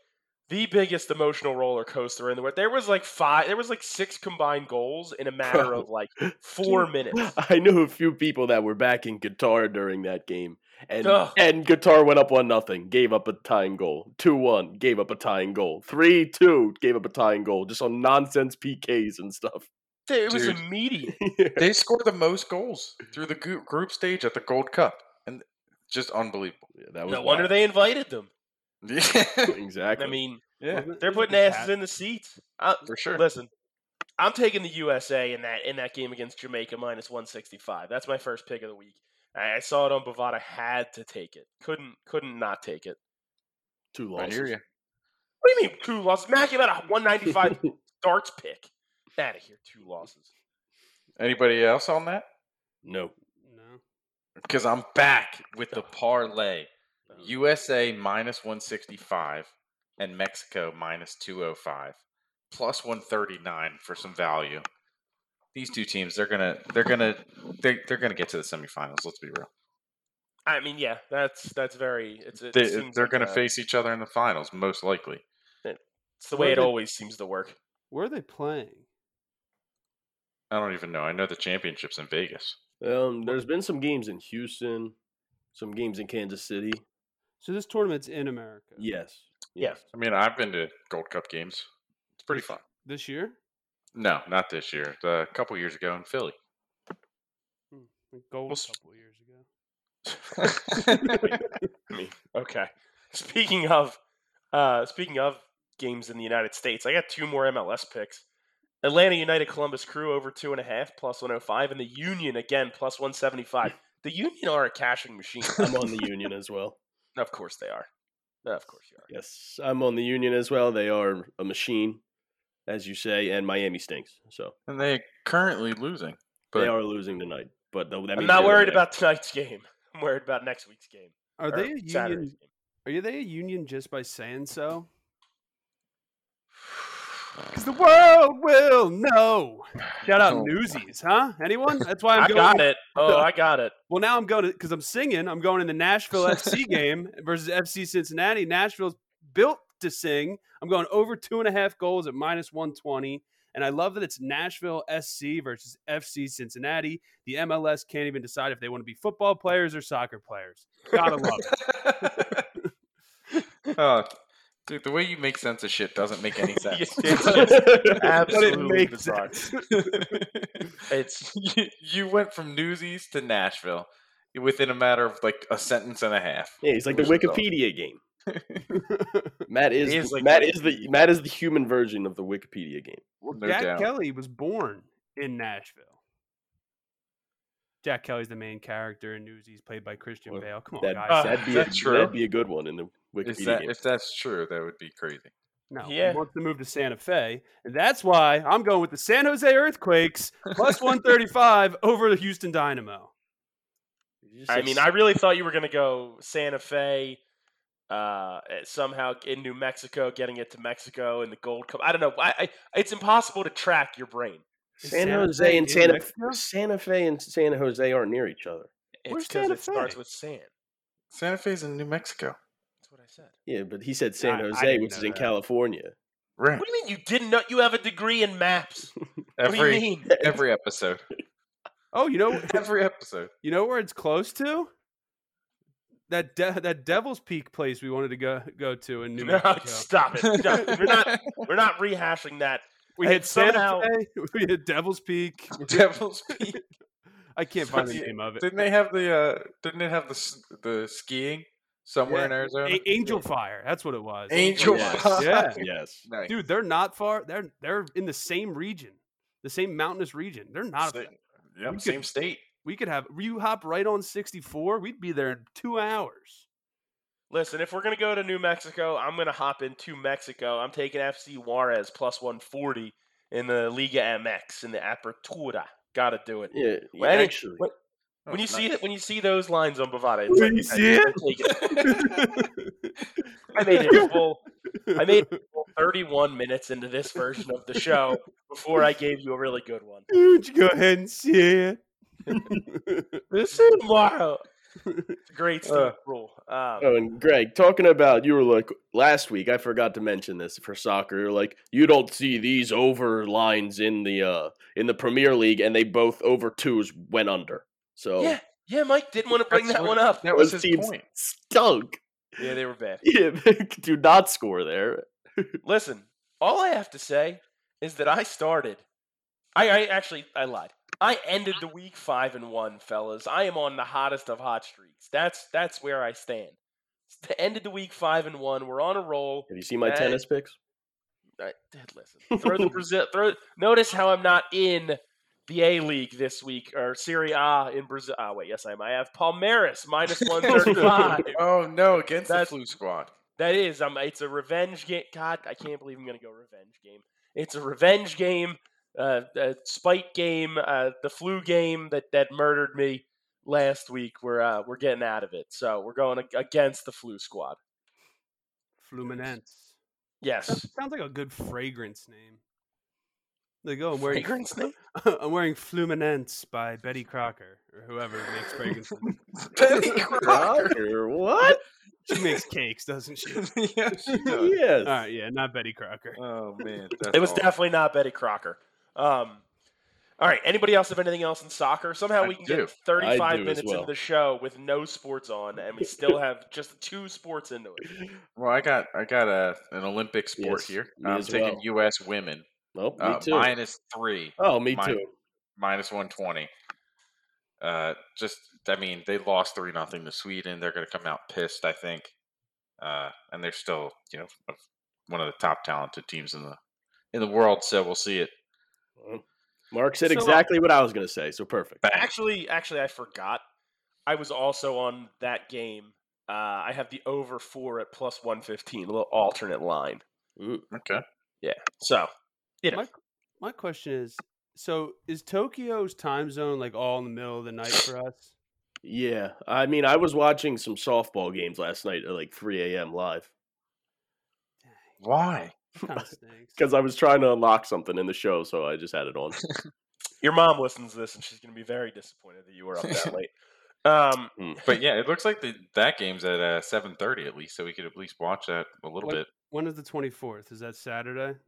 the biggest emotional roller coaster in the world. There was like five, there was like six combined goals in a matter of like four minutes. I know a few people that were back in Qatar during that game, and Ugh. and Qatar went up one nothing, gave up a tying goal. Two one, gave up a tying goal. Three two, gave up a tying goal. Just on nonsense PKs and stuff. Dude, It was Dude. immediate. they scored the most goals through the group, group stage at the Gold Cup, and just unbelievable. Yeah, that was No wonder wild. they invited them. exactly. I mean, yeah, they're putting asses in the seats. Uh, I, for sure. listen, I'm taking the USA in that in that game against Jamaica minus 165. That's my first pick of the week. I, I saw it on Bovada. Had to take it. Couldn't couldn't not take it. two I losses. hear you. What do you mean two losses? Mac, you got a 195 darts pick. Out of here, two losses. Anybody else on that? No, No. Because I'm back with the parlay: USA minus 165 and Mexico minus 205, plus 139 for some value. These two teams, they're gonna, they're gonna, they're, they're gonna get to the semifinals. Let's be real. I mean, yeah, that's that's very. It's it They, seems they're like gonna a- face each other in the finals, most likely. It's the way it Where did- always seems to work. Where are they playing? I don't even know. I know the championships in Vegas. um, there's been some games in Houston, some games in Kansas City. So this tournament's in America. Yes, Yeah. yes. I mean, I've been to Gold Cup games. It's pretty fun. This year? No, not this year. A couple years ago in Philly. Like Gold Well, a couple years ago. Okay. Speaking of uh speaking of games in the United States, I got two more MLS picks. Atlanta United Columbus Crew over two and a half plus one oh five and the Union again plus one seventy five. The Union are a cashing machine. I'm on the union as well. of course they are. Of course you are. Yes, I'm on the union as well. They are a machine, as you say, and Miami stinks. So and they're currently losing. they But are losing tonight. But though that I'm means not they're worried in about tonight's game. I'm worried about next week's game. Are or they a union? Saturday's game. Are they a union just by saying so? Because the world will know. Shout out Oh. Newsies, huh? Anyone? That's why I'm I going. got it. Oh, I got it. Well, now I'm going to because I'm singing. I'm going in the Nashville FC game versus FC Cincinnati. Nashville's built to sing. I'm going over two and a half goals at minus one twenty, And I love that it's Nashville SC versus FC Cincinnati. The MLS can't even decide if they want to be football players or soccer players. Gotta love it. oh, dude, the way you make sense of shit doesn't make any sense. Absolutely bizarre. It's you, you went from Newsies to Nashville within a matter of like a sentence and a half. Yeah, he's like the Wizards off. Wikipedia game. Matt is, He is like- Matt is the Matt is the human version of the Wikipedia game. No Jack doubt. Kelly was born in Nashville. Jack Kelly's the main character in Newsies, played by Christian Well, Bale. Come on, That, guys. Uh, that'd, be is that a, true? that'd be a good one in the Is Wikipedia that, game. if that's true, that would be crazy. No, Yeah. he wants to move to Santa Fe, and that's why I'm going with the San Jose Earthquakes plus 135 over the Houston Dynamo. You just I said mean, s- I really thought you were going to go Santa Fe, uh, somehow in New Mexico, getting it to Mexico and the Gold Cup. I don't know. I, I it's impossible to track your brain. Is San Santa Jose Fe and in Santa Mexico? Santa Fe and San Jose aren't near each other. It's Where's because Santa it starts Fe? with San. Santa Fe's in New Mexico. That's what I said. Yeah, but he said San I- I Jose, didn't which know is in that. California. Right. What do you mean you didn't know? You have a degree in maps. Every what do you mean? every episode. Oh, you know, Every episode. you know where it's close to? That de- that Devil's Peak place we wanted to go go to in New No, Mexico. stop it. No, we're not. We're not rehashing that. We And had Santa somehow- Fe, we had Devil's Peak. Devil's Peak. I can't So find the you- name of it. Didn't they have the uh didn't it have the s- the skiing somewhere Yeah. in Arizona? A- Angel Fire, that's what it was. Angel Yes. Fire. Yeah. Yes. Nice. Dude, they're not far. They're they're in the same region, the same mountainous region. They're not. Sa- We Yep, could- same state. We could have you hop right on 64. We'd be there in two hours. Listen, if we're gonna go to New Mexico, I'm gonna hop into Mexico. I'm taking FC Juarez plus 140 in the Liga MX in the Apertura. Got to do it. Yeah. Well, any- actually, when- Oh, When you nice. see it, when you see those lines on Bovada, it's When like, you I- see I it? take I made it a full. I made it a full 31 minutes into this version of the show before I gave you a really good one. Dude, you go ahead and see it. This is tomorrow. It's a great Steve Uh, rule. Um, oh, and Greg, talking about you were like last week. I forgot to mention this for soccer. You're like you don't see these over lines in the uh in the Premier League, and they both over twos went under. So Yeah, yeah. Mike didn't want to bring That's that what- one up. That was those his teams point. stunk. Yeah, they were bad. Yeah, do not score there. Listen, all I have to say is that I started. I, I actually I lied. I ended the week five and one, fellas. I am on the hottest of hot streaks. That's that's where I stand. S- Ended the week five and one. We're on a roll. Have you seen my That- tennis picks? I, dude, listen, throw the Brazil. Throw. Notice how I'm not in the A League this week or Serie A in Brazil. Ah, wait, yes I am. I have Palmeiras minus one thirty five. Oh no, against That's- the flu squad. That is, um, it's a revenge game. God, I can't believe I'm gonna go revenge game. It's a revenge game, uh, a spite game, uh, the flu game that that murdered me last week. We're uh, we're getting out of it, so we're going ag- against the flu squad. Fluminense. That Yes, sounds like a good fragrance name. They go. I'm wearing. fragrance name. I'm wearing Fluminense by Betty Crocker or whoever makes fragrances. Betty Crocker, what? she makes cakes, doesn't she? yeah, she does. Yes. All right, yeah, not Betty Crocker. Oh man, It was definitely not Betty Crocker. Um, all right. Anybody else have anything else in soccer? Somehow I we can do. get 35 do as minutes well. into the show with no sports on, and we still have just two sports into it. Well, I got I got a an Olympic sport Yes, here. me I'm as taking well. U.S. women Nope, me uh, too. minus three, oh, me mine- too. minus one twenty. Uh, just I mean, they lost three nothing to Sweden. They're going to come out pissed, I think. Uh, and they're still you know one of the top talented teams in the in the world. So we'll see it. Well, Mark said So, uh, exactly what I was going to say, so perfect. Bang. Actually, actually, I forgot. I was also on that game. Uh, I have the over four at plus one fifteen, a little alternate line. Ooh. Okay. So you know, My, my question is: so is Tokyo's time zone like all in the middle of the night for us? Yeah, I mean, I was watching some softball games last night at like 3 a.m. live Why? Kind of stinks. because I was trying to unlock something in the show, so I just had it on. your mom listens to this, and she's going to be very disappointed that you were up that late. Um, But yeah, it looks like the, that game's at uh, seven thirty at least, so we could at least watch that a little What- bit. When is the 24th? Is that Saturday?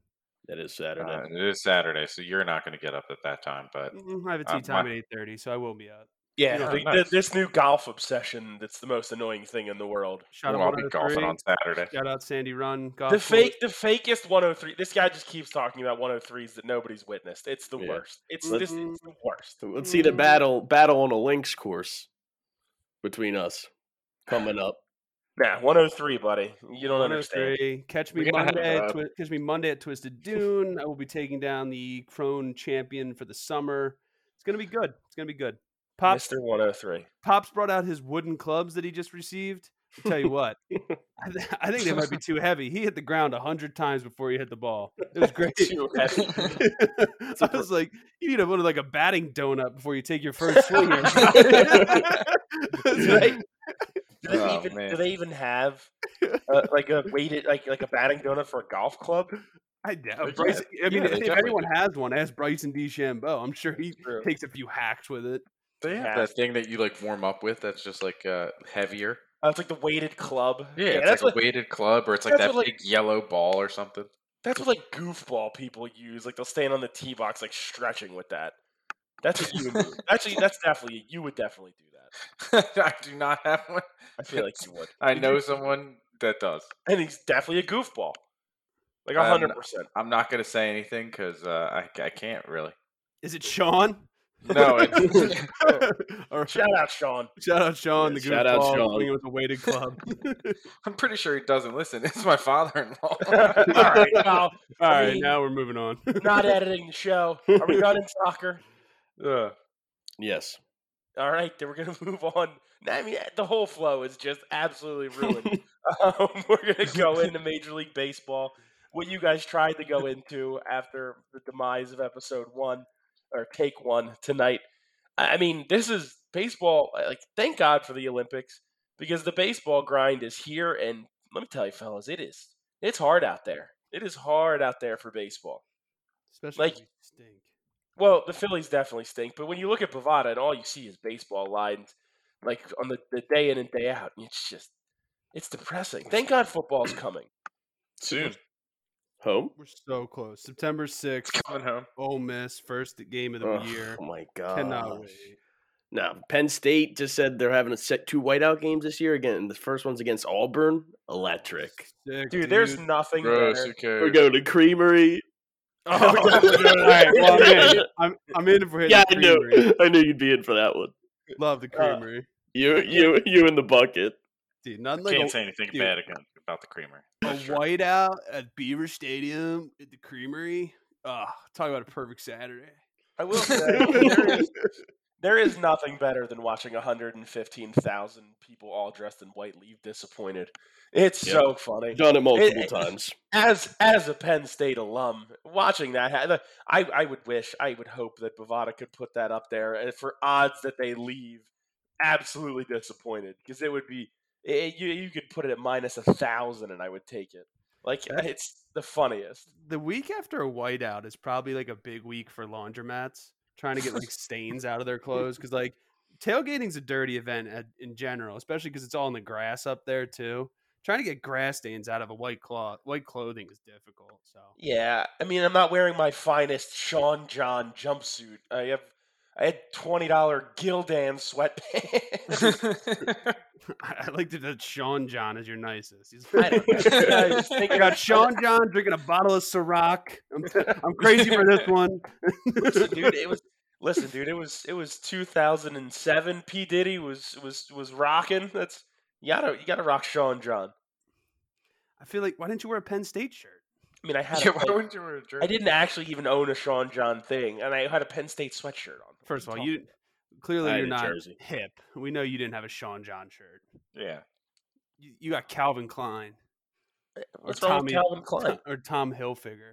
That is Saturday. Uh, it is Saturday, so you're not going to get up at that time. But Mm, I have a tea Uh, time my- at eight thirty, so I will be up. Yeah, Yeah, th- nice. th- this new golf obsession that's the most annoying thing in the world. Shout we'll out all be golfing 103. on Saturday. Shout out Sandy Run. Golf the course. fake, the fakest 103. This guy just keeps talking about 103s that nobody's witnessed. It's the Yeah. worst. It's Let- this it's the worst. So Let's Mm. see the battle battle on a links course between us coming up. Nah, 103, buddy. You don't understand. 103. Catch oh We me gotta have Monday. that. At Twi- catch me Monday at Twisted Dune. I will be taking down the Crone champion for the summer. It's gonna be good. It's gonna be good. Pops Mr. 103. Pops brought out his wooden clubs that he just received. I tell you what, I, th- I think they might be too heavy. He hit the ground a hundred times before he hit the ball. It was great. I was like, you need a one of like a batting donut before you take your first swing. That's right. Do they, Oh, even, do man. they even have uh, like a weighted like like a batting donut for a golf club? I doubt. Yeah, Bryce, I mean, yeah, they if, if definitely anyone has one, ask Bryson DeChambeau. I'm sure he True. takes a few hacks with it. They have that thing that you like warm up with. That's just like uh, heavier. Uh, it's like the weighted club. Yeah, it's like that's a weighted club, or it's like that's that what, like- big yellow ball or something. That's what like goofball people use. Like they'll stand on the tee box like stretching with that. That's what you would do. Actually, that's definitely you would definitely do that. I do not have one. I feel like you would. I know someone that does. And he's definitely a goofball. Like Um, hundred percent. I'm not going to say anything because uh, I, I can't really. Is it Sean? No, it's, Or- Shout out Sean. shout out Sean, Yeah, the shout out goofball, Sean. swinging with a weighted club. I'm pretty sure he doesn't listen. It's my father-in-law. All right, well, All I right, mean- now we're moving on. not editing the show. Are we done in soccer? Ugh. Yes. All right, then we're gonna move on. I mean, eh, the whole flow is just absolutely ruined. um, we're gonna go into Major League Baseball. What you guys tried to go into after the demise of Episode One or Take One tonight. I I mean, this is baseball. uh, Like, thank God for the Olympics because the baseball grind is here. And let me tell you, fellas, it is. It's hard out there. It is hard out there for baseball. Especially Like- if we stink. Well, the Phillies definitely stink, but when you look at Bovada and all you see is baseball lines, like on the, the day in and day out, it's just it's depressing. Thank God football's coming. Soon. Home. We're so close. September It's 6th, coming home. Ole Miss, first game of the Ugh, year. Oh my god. Cannot wait. Now, Penn State just said they're having a set two whiteout games this year again. The first one's against Auburn. Electric. Sick, Dude, there's nothing Gross. better. Who cares? We're going to Creamery. Oh, All right, well, I'm in. I'm, I'm in for hitting yeah, I the creamery. knew. I knew you'd be in for that one. Love the creamery. You, you, you in the bucket. Dude, nothing like Can't a- say anything dude. bad again about the creamer. a whiteout at Beaver Stadium at the Creamery. Uh, talk about a perfect Saturday. I will say there is, there is nothing better than watching 115,000 people all dressed in white leave disappointed. It's Yep. so funny. Done it multiple it- times. as as a Penn State alum, watching that, ha- the- I I would wish, I would hope that Bovada could put that up there and for odds that they leave. Absolutely disappointed because it would be it, you you could put it at minus a thousand and I would take it. Like That- it's the funniest. The week after a whiteout is probably like a big week for laundromats trying to get like stains out of their clothes because like tailgating's a dirty event at, in general, especially because it's all in the grass up there too. Trying to get grass stains out of a white cloth, white clothing is difficult. So Yeah, I mean I'm not wearing my finest Sean John jumpsuit. I have I had twenty dollar Gildan sweatpants. I, I like that that's Sean John is your nicest. He's I don't know. I was I thinking got about Sean John drinking a bottle of Ciroc. I'm, I'm crazy for this one. listen, dude, it was listen, dude, it was it was 2007. P Diddy was was was rocking. That's you gotta you gotta rock Sean John. I feel like why didn't you wear a Penn State shirt? I mean, I had yeah, a why Penn- wouldn't you wear a jersey? I didn't actually even own a Sean John thing, and I had a Penn State sweatshirt on. First of all, Talk- you clearly I had you're a not jersey. hip. We know you didn't have a Sean John shirt. Yeah. You, you got Calvin Klein what's or wrong with Tommy- Calvin Klein? or Tom Hilfiger.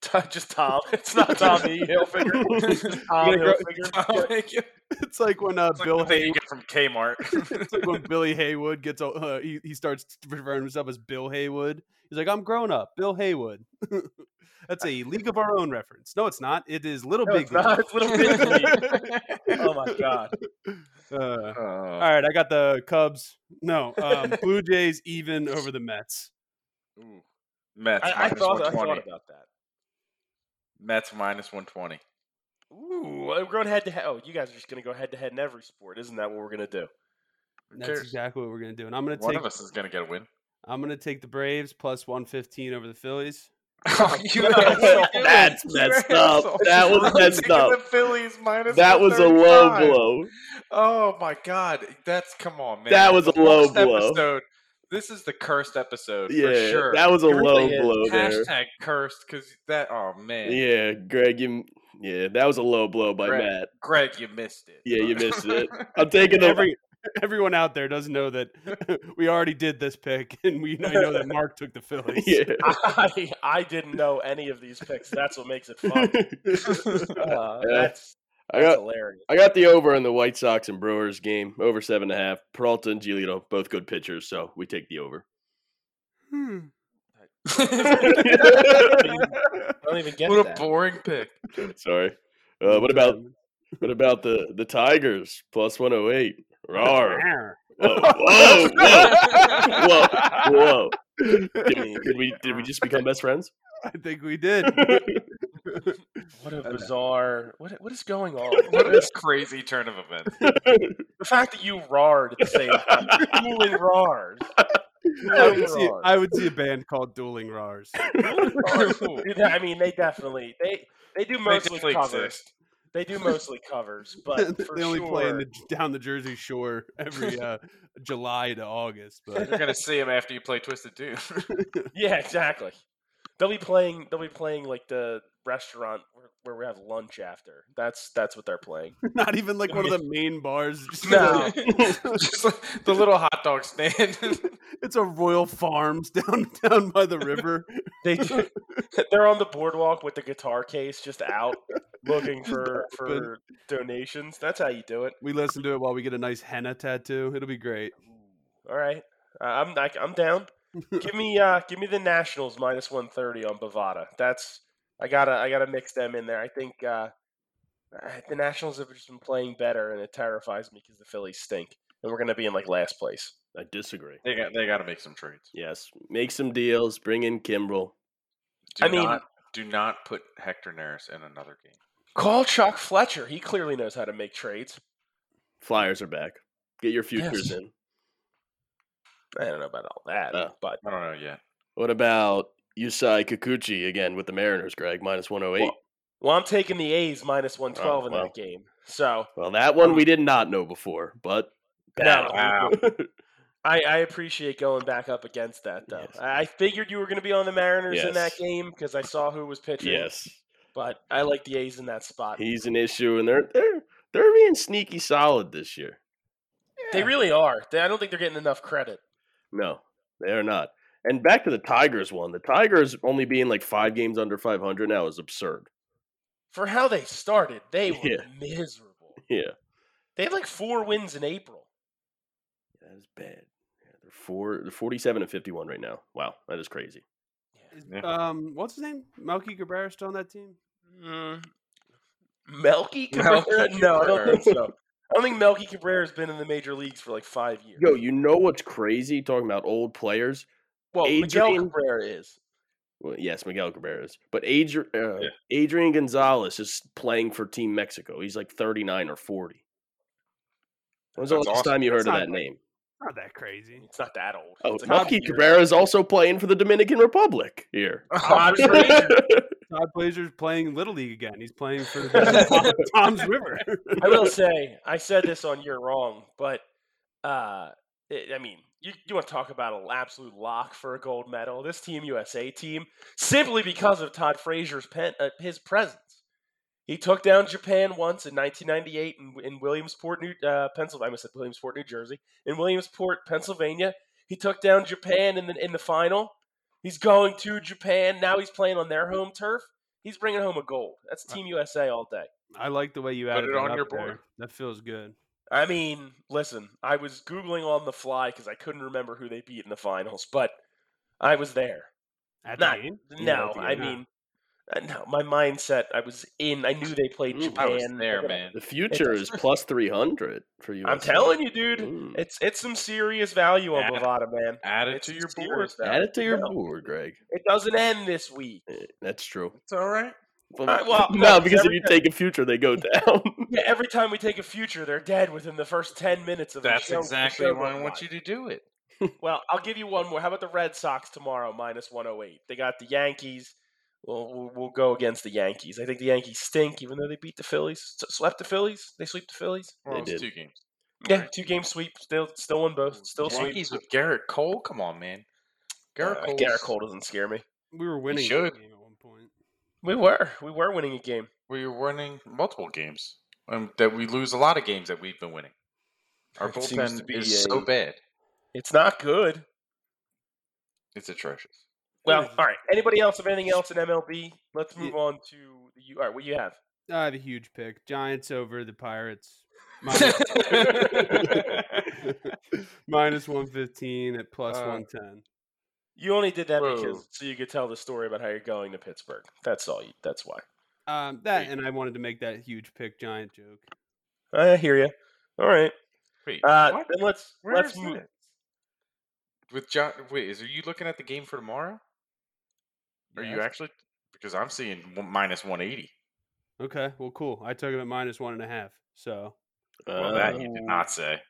T- just Tom. It's not Tommy Hilfiger. It's just Tom gotta grow- Hilfiger. It's like when uh, It's like Bill the thing you Haywood, get from Kmart. it's like when Billy Haywood gets o- uh, he, he starts referring to himself as Bill Haywood. He's like, I'm grown up, Bill Haywood. That's a League of Our Own reference. No, it's not. It is Little No, Big it's not. It's Little Big League. Oh my god. League. Uh, Uh, all right, I got the Cubs. No, um, Blue Jays even over the Mets. ooh. Mets. I, I minus thought I thought 120. about that. Mets minus 120. Ooh, we're going head to head. Oh, you guys are just going to go head to head in every sport. Isn't that what we're going to do? And That's exactly what we're gonna do. And I'm gonna One take of us is going to get a win. I'm gonna take the Braves plus 115 over the Phillies. Oh, you That's messed up. That was messed The up. Phillies minus That was a low 135. blow. Oh my god, that's come on, man. That was The a low worst blow. Episode, this is the cursed episode for Yeah, sure. that was a It really low is. blow there. Hashtag cursed because that. Oh man, Yeah, Greg, you. Yeah, that was a low blow by Greg. Matt. Greg, you missed it. Yeah, you missed it. I'm taking the Every everyone out there doesn't know that we already did this pick, and we I know that Mark took the Phillies. Yeah. I, I didn't know any of these picks. That's what makes it fun. Uh, that's that's I got hilarious. I got the over in the White Sox and Brewers game, over seven and a half. Peralta and Giolito, both good pitchers, so we take the over. I don't even get what a that. boring pick. Sorry. Uh, what about what about the the Tigers plus one hundred eight? Rawr! Whoa! Whoa! Whoa! Whoa! whoa. Did, did we did we just become best friends? I think we did. What Okay. a bizarre. What, what is going on? What a crazy turn of events. the fact that you roared at the same time. Dueling roars. I would, Dueling see, roars. I would see a band called Dueling Rars. Dude, I mean, they definitely they they do They mostly definitely covers. exist. They do mostly covers, but for they only sure, play in the, down the Jersey Shore every uh, July to August. But You're gonna see them after you play Twisted Doom. yeah, exactly. They'll be playing. They'll be playing like the restaurant where, where we have lunch after. That's that's what they're playing. not even like one of the main bars. Just No. Just like the little hot dog stand. it's a Royal Farms down down by the river. They do, they're on the boardwalk with the guitar case just out, looking Just for open. for donations. That's how you do it. We listen to it while we get a nice henna tattoo. It'll be great. All right, uh, I'm I, I'm down. give me uh, give me the Nationals minus one thirty on Bovada. That's I gotta I gotta mix them in there. I think uh, uh, the Nationals have just been playing better, and it terrifies me because the Phillies stink, and we're gonna be in like last place. I disagree. they got they got to make some trades. Yes, make some deals. Bring in Kimbrel. Do I mean- not, do not put Hector Neris in another game. Call Chuck Fletcher. He clearly knows how to make trades. Flyers are back. Get your futures Yes. in. I don't know about all that, Oh. but I don't know yet. What about Yusai Kikuchi again with the Mariners, Greg? Minus 108. Well- well, I'm taking the A's minus one twelve in Oh, well. that game. So Well, that one we did not know before, but No. Wow. I, I appreciate going back up against that though. Yes. I I figured you were going to be on the Mariners in that Yes. game because I saw who was pitching. yes, But I like the A's in that spot. he's an issue, and they're they're they're being sneaky solid this year. They really are. They, I don't think they're getting enough credit. No, they are not. And back to the Tigers one. The Tigers only being like five games under 500 now is absurd. For how they started, they were Yeah. miserable. Yeah, They had like four wins in April. that is bad. Yeah, they're four, they're 47 and 51 right now. Wow, that is crazy. Is, Yeah. Um, what's his name? Melky Cabrera still on that team? Mm. Melky Cabrera? Melky No, I don't Cabrera. think so. I don't think Melky Cabrera's been in the major leagues for like five years. Yo, you know what's crazy? Talking about old players. well, Miguel Adrian- Cabrera is. Well, yes, Miguel Cabrera is, but Adri- uh, Adrian Gonzalez is playing for Team Mexico. He's like 39 or 40. When was the That's last awesome. time you heard That's of not that great. name? Not that crazy. It's not that old. Oh, it's a couple Melky years. Cabrera is also playing for the Dominican Republic here. Todd Frazier. yeah, Todd Blazer's playing Little League again. He's playing for the- Tom- Tom's River. I will say, I said this on You're Wrong, but uh, it, I mean, you, you want to talk about an absolute lock for a gold medal? This Team USA team, simply because of Todd Frazier's pen, uh, his presence. He took down Japan once in 1998 in, in Williamsport, New uh, Pennsylvania. I almost said Williamsport, New Jersey. In Williamsport, Pennsylvania, he took down Japan in the in the final. He's going to Japan now. He's playing on their home turf. He's bringing home a gold. That's Team USA all day. I like the way you added it that on up your there. board. That feels good. I mean, listen, I was Googling on the fly because I couldn't remember who they beat in the finals, but I was there. At Not- the game? No, the I end. mean, uh, no, my mindset, I was in, I knew they played Mm, Japan. I was there, Look at man. the future is plus 300 for you. that. I'm telling you, dude, Hmm. it's it's some serious value on Yeah. Bovada, man. Add it It's to some your board. serious Add value. it to your No, board, Greg. It doesn't end this week. Eh, That's true. It's all right. right, well, no, look, because if every you time- take a future, they go down. Yeah, every time we take a future, they're dead within the first ten minutes of the That's show- the exactly show why I going want live. you to do it. Well, I'll give you one more. How about the Red Sox tomorrow minus 108? They got the Yankees. We'll, we'll, we'll go against the Yankees. I think the Yankees stink, even though they beat the Phillies. S- Swept the Phillies. They sweep the Phillies. Well, it's did. two games. Yeah, two game sweep. Still, still won both. Still sweep. Yankees with Garrett Cole. Come on, man. Garrett Uh, Cole. Garrett Cole doesn't scare me. We were winning should. that game at one point. We were, we were winning a game. We were winning multiple games. Um, that we lose a lot of games that we've been winning. Our It seems to bullpen be is so a- bad. It's not good. It's atrocious. Well, is- all right. Anybody else have anything else in MLB? Let's Ye- move on to the U. All right, what you have? I have a huge pick: Giants over the Pirates. minus one fifteen at plus Uh, one ten. You only did that Whoa. because so you could tell the story about how you're going to Pittsburgh. That's all. You, that's why. Um, that and I wanted to make that huge pick giant joke. I hear you. All right. Wait, Uh, what? then let's Where let's is move. it? With John, wait, is are you looking at the game for tomorrow? Are you Yes. actually? Because I'm seeing one, minus 180. Okay, well, cool. I took him at minus one and a half. So Well, that you did Oh. not say.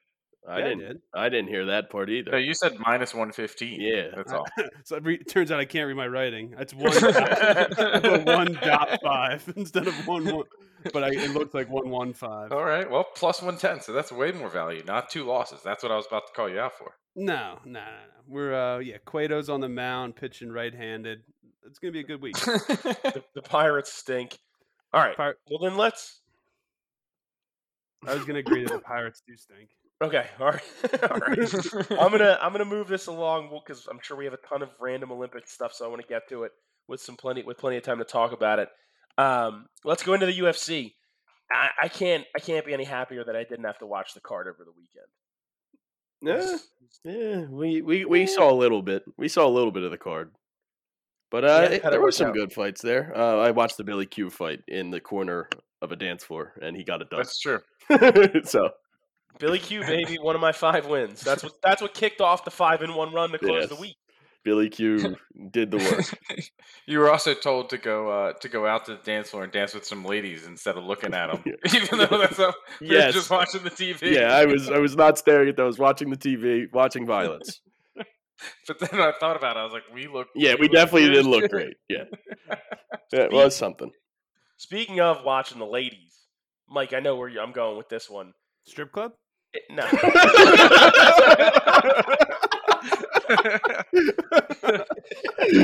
Uh, I Yeah, didn't. I didn't hear that part either. No, you said minus 115. Yeah. that's all. So it re- turns out I can't read my writing. That's one. I put one dot five instead of one one, but I, it looked like one one five. Oh. all right. Well, plus 110. So that's way more value. Not two losses. That's what I was about to call you out for. No, no, no, no. We're uh, yeah, Cueto's on the mound pitching right-handed. It's gonna be a good week. The, the Pirates stink. All right. Pir- Well, then let's. I was gonna agree that the Pirates do stink. Okay. All right. all right. I'm gonna I'm gonna move this along because I'm sure we have a ton of random Olympic stuff, so I want to get to it with some plenty with plenty of time to talk about it. Um, let's go into the UFC. I, I can't I can't be any happier that I didn't have to watch the card over the weekend. Yeah, yeah, we we, we saw a little bit. We saw a little bit of the card, but uh, Yeah, it- how'd it there were work some out? good fights there. Uh, I watched the Billy Q fight in the corner of a dance floor, and he got it done. That's true. so Billy Q, baby, one of my five wins. That's what that's what kicked off the five in one run to close the Yes. week. Billy Q did the work. you were also told to go uh, to go out to the dance floor and dance with some ladies instead of looking at them, even though that's not, you're yes, just watching the TV. yeah, I was I was not staring at that. I was watching the TV, watching violence. But then I thought about it. I was like, we look. Yeah, we look definitely good. did look great. Yeah, it was something. Speaking of watching the ladies, Mike, I know where you, I'm going with this one. Strip club? It- no,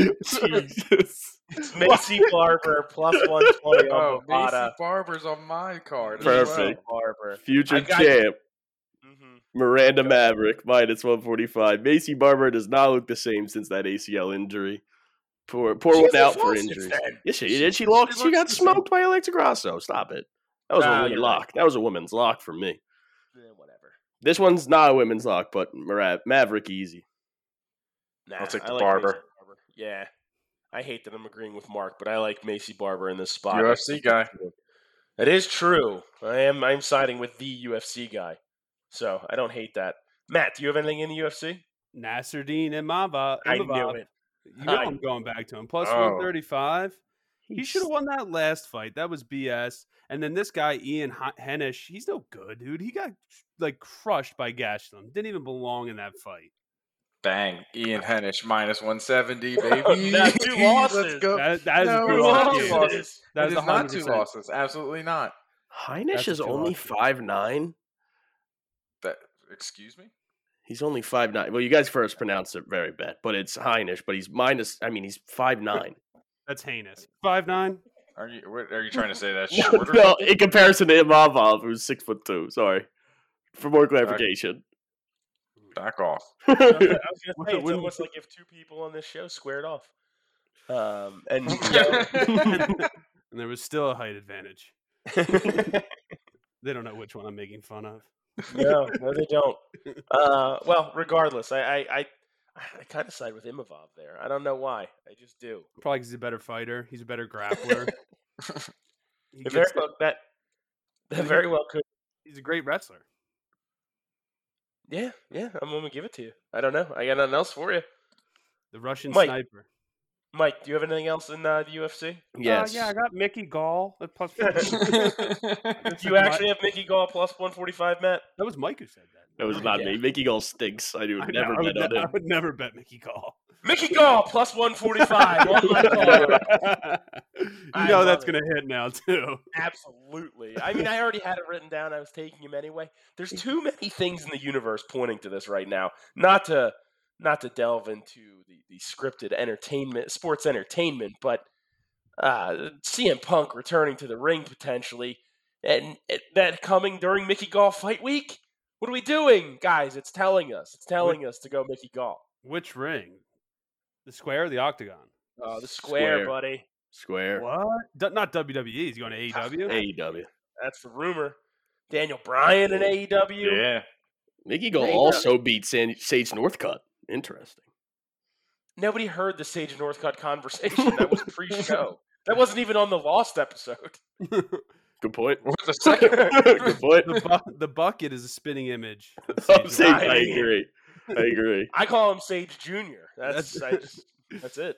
Jesus. it's Macy Barber plus one twenty Oh, on Macy Bovada. Barber's on my card. as Perfect. Barber. I Future got- champ. hmm Miranda Maverick minus 145. Macy Barber does not look the same since that ACL injury. Poor, poor She one hasn't out for lost since injury. then. Yes, she did. She lost. she She got looks the same. smoked by Alexa Grasso. Stop it. That was Ah, a woman's you're right. lock. That was a woman's lock for me. Eh, whatever. This one's not a women's lock, but Mara- Maverick easy. Nah, take I the like Macy Barber. Yeah, I hate that I'm agreeing with Mark, but I like Macy Barber in this spot. well. UFC guy. That is true. I am. I'm siding with the UFC guy, so I don't hate that. Matt, do you have anything in the UFC? Nasruddin and Mava. I knew it. You know I- I'm going back to him. Plus Oh. 135. He should have won that last fight. That was BS. And then this guy, Ian H- Hennish, he's no good, dude. He got like crushed by Gastelum. Didn't even belong in that fight. Bang. Ian Hennish minus 170, Now baby. two Let's losses. go. That, that is Oh, No, a good it's not loss, two dude. losses. That it is is not two 100%. losses. Absolutely not. Heinisch That's a is two only lock. five nine. That excuse me? He's only five nine. Well, you guys first pronounced it very bad, but it's Heinisch, but he's minus, I mean, he's five nine. That's heinous. Five nine. Are you what, are you trying to say that's No, shorter? no, in comparison to Imavov, who's six foot two. Sorry, for more clarification. Back off. I was Uh, gonna- I was gonna What say the- it's what- almost like if two people on this show squared off. Um, and And there was still a height advantage. They don't know which one I'm making fun of. no, no, they don't. Uh, well, regardless, I, I, I, I kind of side with Imavov there. I don't know why. I just do. Probably 'cause he's a better fighter. He's a better grappler. He It very gets- well, that, that Did he- very well could. he's a great wrestler. Yeah, yeah. I'm gonna give it to you. I don't know. I got nothing else for you. The Russian Mike. sniper. Mike, do you have anything else in uh, the UFC? Yes. Uh, yeah, I got Mickey Gall at plus. 400. Do you actually have Mickey Gall plus 145, Matt? that was Mike who said that. That was not Yeah. me. Mickey Gall stinks. I do I, never know, I, would bet on ne- I him. would never bet Mickey Gall. Mickey Gall plus 145. on Oh my call. you I know love that's it. going to hit now too. Absolutely. I mean, I already had it written down. I was taking him anyway. There's too many things in the universe pointing to this right now. Not to not to delve into the, the scripted entertainment, sports entertainment, but uh, CM Punk returning to the ring potentially, and it- that coming during Mickey Gall fight week. What are we doing, guys? It's telling us. It's telling us to go Mickey Gall. Which ring? The square or the octagon? Uh, the square, Square. buddy. Square. E What? Du- not WWE. He's going to E AEW. AEW. That's the rumor. Daniel Bryan in E AEW. yeah. Mickey E Gall AEW. also beat San- Sage Northcutt. Interesting. Nobody heard the Sage Northcott conversation. That was pre-show. that wasn't even on the Lost episode. Good point. Or the second one. Good point. the, bu- the bucket is a spitting image. of I'm Sage saying, Northcutt. I agree. I agree. I call him Sage Junior. That's I just, that's it.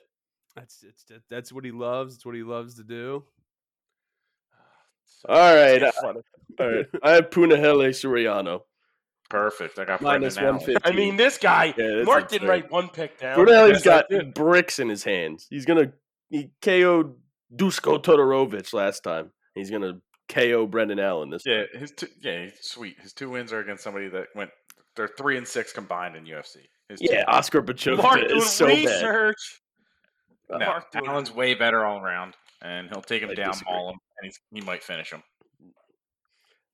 That's it's that- that's what he loves. It's what he loves to do. So, All right. it's funny. All right. I have Punahele Soriano. Perfect. I got Minus Brendan Allen. 150. I mean, this guy Yeah, that's Mark didn't absurd. write one pick down. Brunelli's Yes, I got did. bricks in his hands. He's gonna he KO'd Dusko Todorovic last time. He's gonna KO Brendan Allen this. Yeah, his two, yeah, he's sweet. His two wins are against somebody that went. They're three and six combined in UFC. His two- Yeah, Oscar Pachoka Mark doing is so bad. research. no, Mark doing- Allen's way better all around, and he'll take him I down, disagree. maul him, and he's, he might finish him.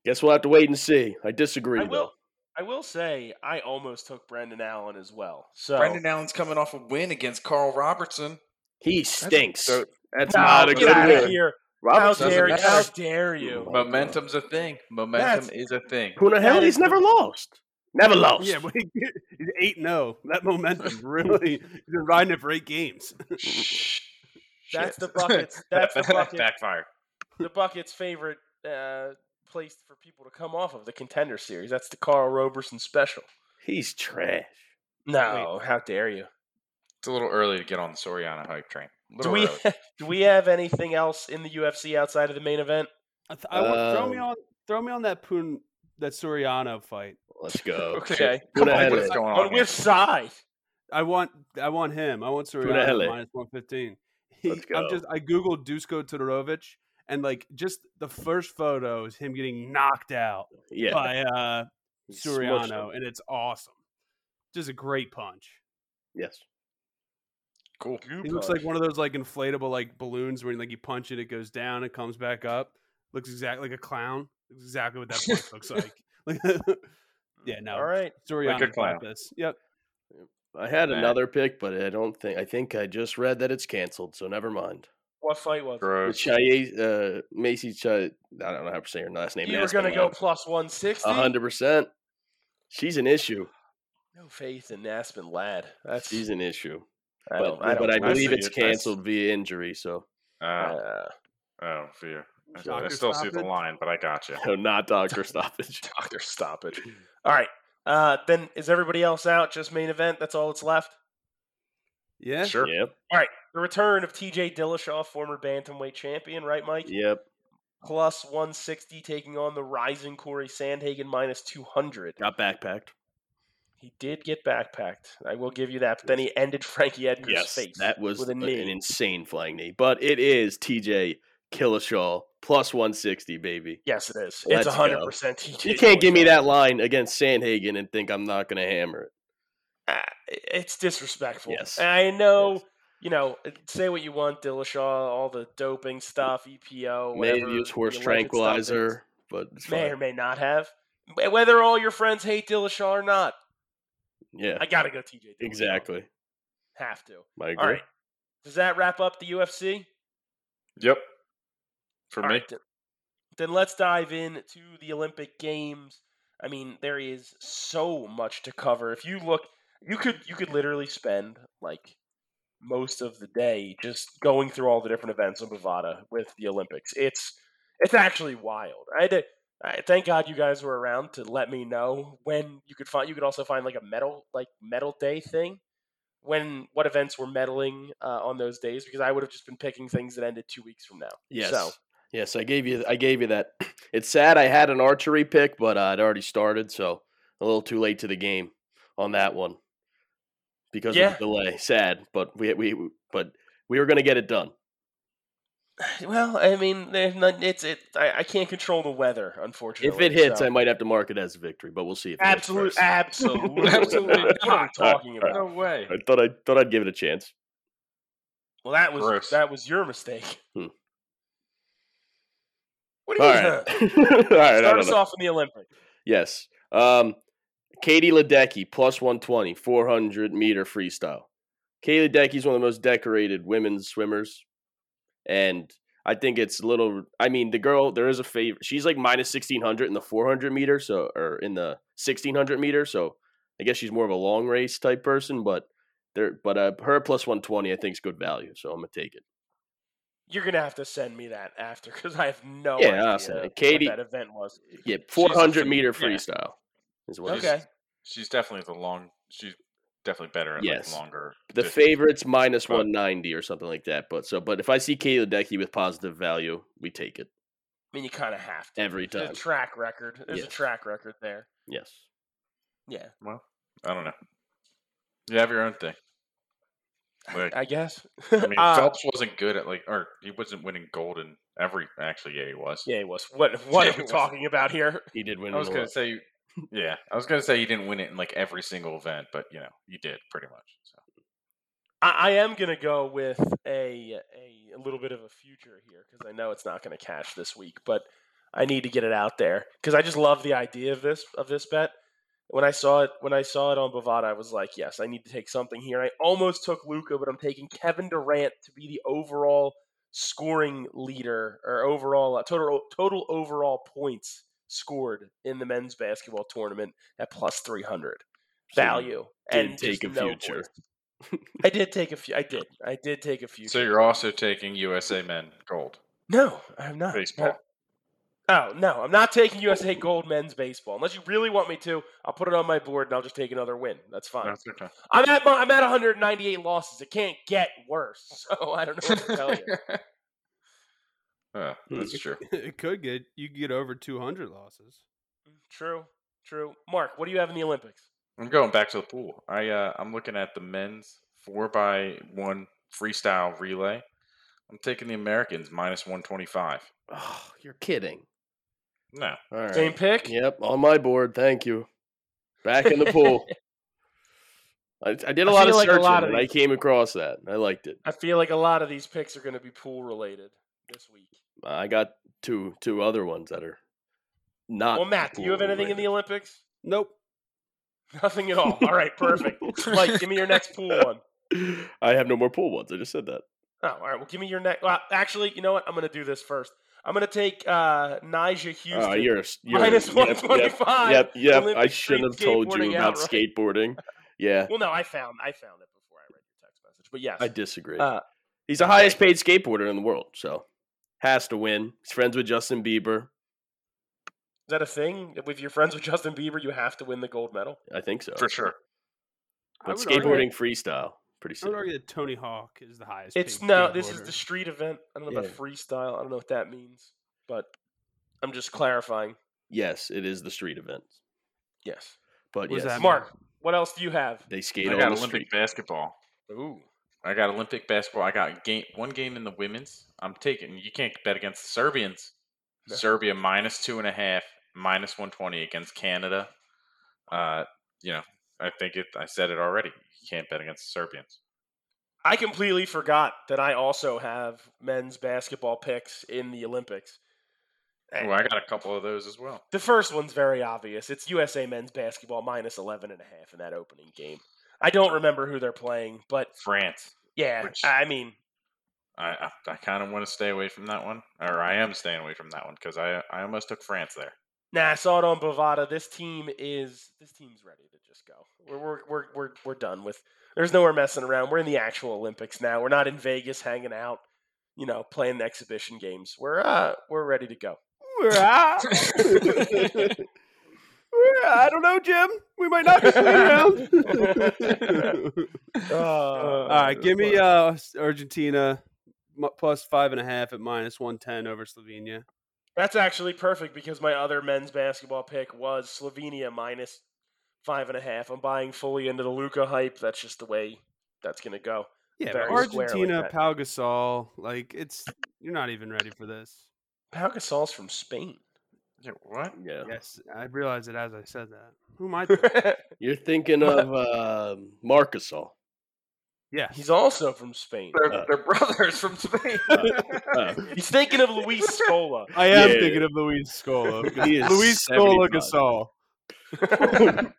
Guess we'll have to wait and see. I disagree. I will. though. I will say I almost took Brendan Allen as well. So Brendan Allen's coming off a win against Carl Robertson. He stinks. so- That's No, not a get out good Oh, of win. here. How Robertson doesn't dare, matter. how dare Oh, you? Momentum's a thing. Momentum is a thing. Punahele's never lost. Never lost. Yeah, but he- he's eight and zero. That momentum really. He's been riding it for eight games. Shh. That's Shit. the buckets. That's the buckets. Backfire. the Bucket's favorite uh, place for people to come off of the contender series. That's the Carl Roberson special. He's trash. No, how dare you? It's a little early to get on the Soriano hype train. Do Little we early. do we have anything else in the UFC outside of the main event? I th- I want- throw me Um, on. Throw me on that Poon. That Soriano fight. Let's go. Okay. Come on, Punahele. what is going on? On here? which side? I want. I want him. I want Punahele. Soriano minus one fifteen. Let's I'm go. just. I googled Dusko Todorovic, and like just the first photo is him getting knocked out Yeah. by uh He smushed Soriano, him. and it's awesome. Just a great punch. Yes. Cool. He looks like one of those like inflatable like balloons where like you punch it, it goes down, it comes back up. Looks exactly like a clown. That's exactly what that punch looks like. Like, yeah, no. All right. Soriano got clown. This. Yep. I had Nah. another pick, but I don't think I think I just read that it's canceled, so never mind. What fight was it? The Gross. Chaye, uh, Macy Chaye, I don't know how to say her last name. You were going to go plus 160? a hundred percent. She's an issue. No faith in Aspen Lad. That's, She's an issue. I but don't, but I, I don't I believe see it's it. I s- canceled via injury. So, Uh, uh, oh, fear. I, I Doctor still see the stoppage. line, but I got you. so not doctor stoppage. doctor, stop it. All right. Uh, then is everybody else out? Just main event? That's all that's left? Yeah. Sure. Yep. The return of TJ Dillashaw, former bantamweight champion, right, Mike? Yep. plus 160, taking on the rising Corey Sandhagen minus 200. Got backpacked. He did get backpacked. I will give you that. But then he ended Frankie Edgar's Yes. face. That was with a an knee. insane flying knee. But it is TJ Killishaw plus one sixty, baby. yes, it is. Let's It's go. 100% TJ. You can't give me Dillashaw. that line against Sandhagen and think I'm not going to hammer it. Ah, It's disrespectful. Yes. And I know, Yes. you know, uh, say what you want, Dillashaw, all the doping stuff, EPO, Maybe whatever use horse the alleged stuff is. tranquilizer, but it's May or fine. may not have. Whether all your friends hate Dillashaw or not, yeah, I got to go TJ Dillashaw. exactly. Have to. I agree. All right. Does that wrap up the UFC? Yep. For All me, right, then, then let's dive in to the Olympic Games. I mean, there is so much to cover. If you look, you could you could literally spend like most of the day just going through all the different events on Bovada with the Olympics. It's it's actually wild. I had to, I, thank God you guys were around to let me know when you could find. You could also find like a medal like medal day thing. when what events were meddling uh, on those days because I would have just been picking things that ended two weeks from now. Yes. So Yes, I gave you I gave you that. It's sad I had an archery pick, but uh, it already started, so a little too late to the game on that one because Yeah. of the delay. Sad, but we we but we were going to get it done. well, I mean, there's not, it's it. I, I can't control the weather, unfortunately. If it hits, so- I might have to mark it as a victory, but we'll see. If it hits absolutely, first. absolutely, Absolutely What are we not. talking about? No way. I thought I thought I'd give it a chance. Well, that was Gross. that was your mistake. Hmm. What do All you right, mean, all huh? right. I Start don't us know. off in the Olympics. Yes. Um, Katie Ledecky, plus 120, 400 meter freestyle. Katie Ledecky is one of the most decorated women's swimmers. And I think it's a little, I mean, the girl, there is a favorite. She's like minus 1600 in the 400 meter, so, or in the 1600 meter. So I guess she's more of a long race type person, but there, but uh, her plus 120, I think, is good value. So I'm going to take it. You're gonna have to send me that after because I have no Yeah, I'll idea send it. what Katie- that event was. Yeah, 400 fa- meter yeah. freestyle is what it is. Okay, She's definitely the long. She's definitely better at Yes. like longer. the distances. favorites minus But- 190 or something like that but so but if i see Katie Ledecky with positive value we take it I mean you kind of have to. every There's time a track record. There's a Yes. track record there. yes Yeah, I don't know. You have your own thing. Like, I guess. I mean, Uh, Phelps wasn't good at like, or he wasn't winning gold in every. Actually, yeah, he was. yeah, it was. What what Yeah, are it we was. talking about here? he did win I was an gonna Olymp- say, yeah, I was gonna say he didn't win it in like every single event, but you know, he did pretty much. So. I, I am gonna go with a, a a little bit of a future here because I know it's not gonna cash this week, but I need to get it out there because I just love the idea of this of this bet. When I saw it when I saw it on Bovada, I was like, yes, I need to take something here. I almost took Luca, but I'm taking Kevin Durant to be the overall scoring leader or overall uh, total total overall points scored in the men's basketball tournament at plus 300 So you value did and take just a no future. voice. I did take a few. I did. I did take a few. So you're also taking USA men gold no, I'm not. baseball. Oh no, I'm not taking USA Gold men's baseball. Unless you really want me to, I'll put it on my board and I'll just take another win. That's fine. That's okay. I'm at my, I'm at 198 losses. It can't get worse. So I don't know what to tell you. Uh, Hmm. that's true. it could get you could get over 200 losses. True. True. Mark, what do you have in the Olympics? I'm going back to the pool. I uh, I'm looking at the men's four by one freestyle relay. I'm taking the Americans minus 125. oh you're kidding No, all right Same pick. yep on my board thank you back in the pool I, I did a I lot feel of like a searching lot of and i these- came across that i liked it I feel like a lot of these picks are going to be pool related this week. i got two two other ones that are not well, Matt, do you have anything in the related. Olympics? Nope. Nothing at all. All right, perfect. Mike, give me your next pool one. i have no more pool ones i just said that Oh, all right. Well, give me your next. Well, actually, you know what? I'm going to do this first. I'm going to take uh, Nija Houston. uh, you're, you're minus yep, yep, 125. Yep, yep. I Olympic shouldn't have street told you skateboarding about outright. skateboarding. Yeah, Well, no, I found I found it before I read your text message. But yes, I disagree. Uh, He's the highest paid skateboarder in the world, so has to win. He's friends with Justin Bieber. is that a thing? If you're friends with Justin Bieber, you have to win the gold medal. I think so. for sure. But I would argue- skateboarding freestyle, pretty I would similar. argue that Tony Hawk is the highest. It's paid no. This is skateboarder. the street event. I don't know Yeah. about freestyle. I don't know what that means, but I'm just clarifying. Yes, it is the street event. Yes, What But does yes, that mean? Mark. What else do you have? they I skate got on the Olympic street. basketball. Ooh, I got Olympic basketball. I got game one game in the women's. I'm taking. You can't bet against the Serbians. No. Serbia minus two and a half, minus one twenty against Canada. Uh, you know, I think it. I said it already. You can't bet against the Serbians. I completely forgot that I also have men's basketball picks in the Olympics. Eh, Well, I got a couple of those as well. The first one's very obvious. It's USA men's basketball minus 11 and a half in that opening game. I don't remember who they're playing, but France. yeah, Which- I mean, I I, I kind of want to stay away from that one, or I am staying away from that one because I I almost took France there. nah, I saw it on Bovada. This team is this team's ready to just go. We're we're we're we're, we're done with. There's nowhere messing around. We're in the actual Olympics now. We're not in Vegas hanging out, you know, playing exhibition games. We're uh we're ready to go. We're out. We're- I don't know, Jim. We might not be around. All right, give me uh, Argentina mu- plus five and a half at minus one ten over Slovenia. That's actually perfect because my other men's basketball pick was Slovenia minus five and a half. I'm buying fully into the Luca hype. That's just the way that's going to go. Yeah, Very but squarely Argentina, bet. Pau Gasol, like it's you're not even ready for this. Pau Gasol's from Spain. Yeah, what? Yeah. Yes, I realized it as I said that. Who am I? thinking? He's You're thinking of uh, Marcus all. yes, also from Spain. They're, Uh, they're brothers from Spain. He's thinking of Luis Scola. I am Yeah. thinking of Luis Scola. He is Luis Scola 75. Gasol.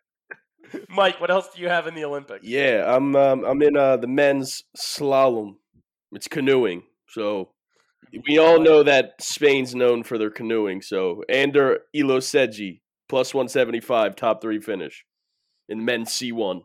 Mike, what else do you have in the Olympics? Yeah, I'm um, I'm in uh, the men's slalom. It's canoeing. So we all know that Spain's known for their canoeing. So Ander Iloseji, plus 175, top three finish in men's C1.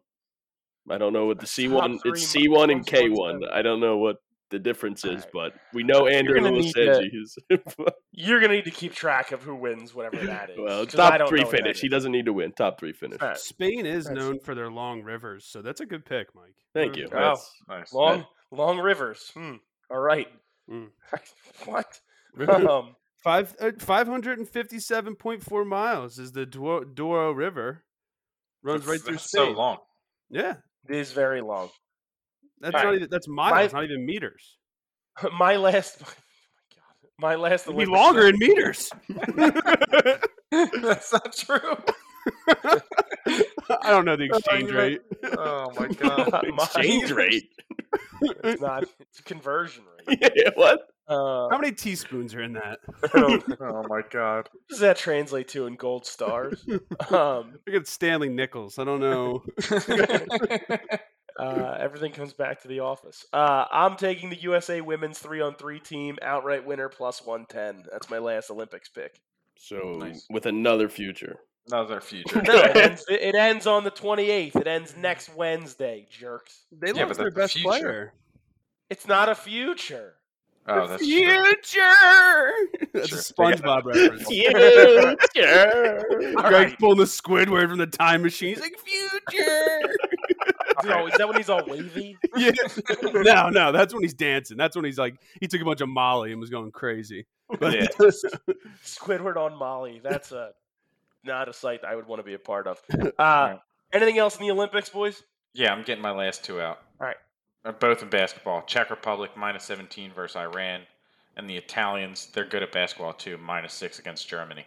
I don't know what the C1 Top three, it's C1 and plus K1. I don't know what the difference is, Alright. but we know Ander gonna need to- Iloseji is You're going to need to keep track of who wins, whatever that is. well, it's 'cause I top don't three know what that finish. He is. doesn't need to win. Top three finish. All right. Spain is That's- known for their long rivers, so that's a good pick, Mike. Thank you. Mm, Wow. That's- nice. Long, long rivers. Hmm. All right. Hmm. Mm. what? Um, Five uh, five hundred and fifty-seven point four miles is the Duo- Douro River. Runs That's- right through that's Spain. So long. Yeah, it is very long. that's All not right. even that's miles, not even meters. My last, my, God, my last. It'd be Olympic longer in meters. That's not true. I don't know the exchange you're right. rate. Oh my god. Uh, my- Exchange rate. It's not. It's conversion rate. yeah, what? Uh, How many teaspoons are in that? I don't- what Oh my god. does that translate to in gold stars? Um, Look at Stanley Nichols. I don't know. uh, everything comes back to the office. Uh, I'm taking the USA women's three on three team outright winner plus one ten. That's my last Olympics pick. So Nice. with another future. Another future. No, it ends, it ends on the 28th. It ends next Wednesday, jerks. They Yeah, lost but their that's the best future. player. It's not a future. Oh, that's true. Future. That's a Sure. SpongeBob reference. Future. All Greg's right. pulling the Squidward from the time machine. He's like, future. No, is that when he's all wavy? yeah. No, no, that's when he's dancing. That's when he's like, he took a bunch of Molly and was going crazy. But Yeah. Squidward on Molly. That's a not a sight I would want to be a part of. Uh, anything else in the Olympics, boys? Yeah, I'm getting my last two out. All right. Uh, Both in basketball. Czech Republic minus 17 versus Iran. And the Italians, they're good at basketball too, minus six against Germany.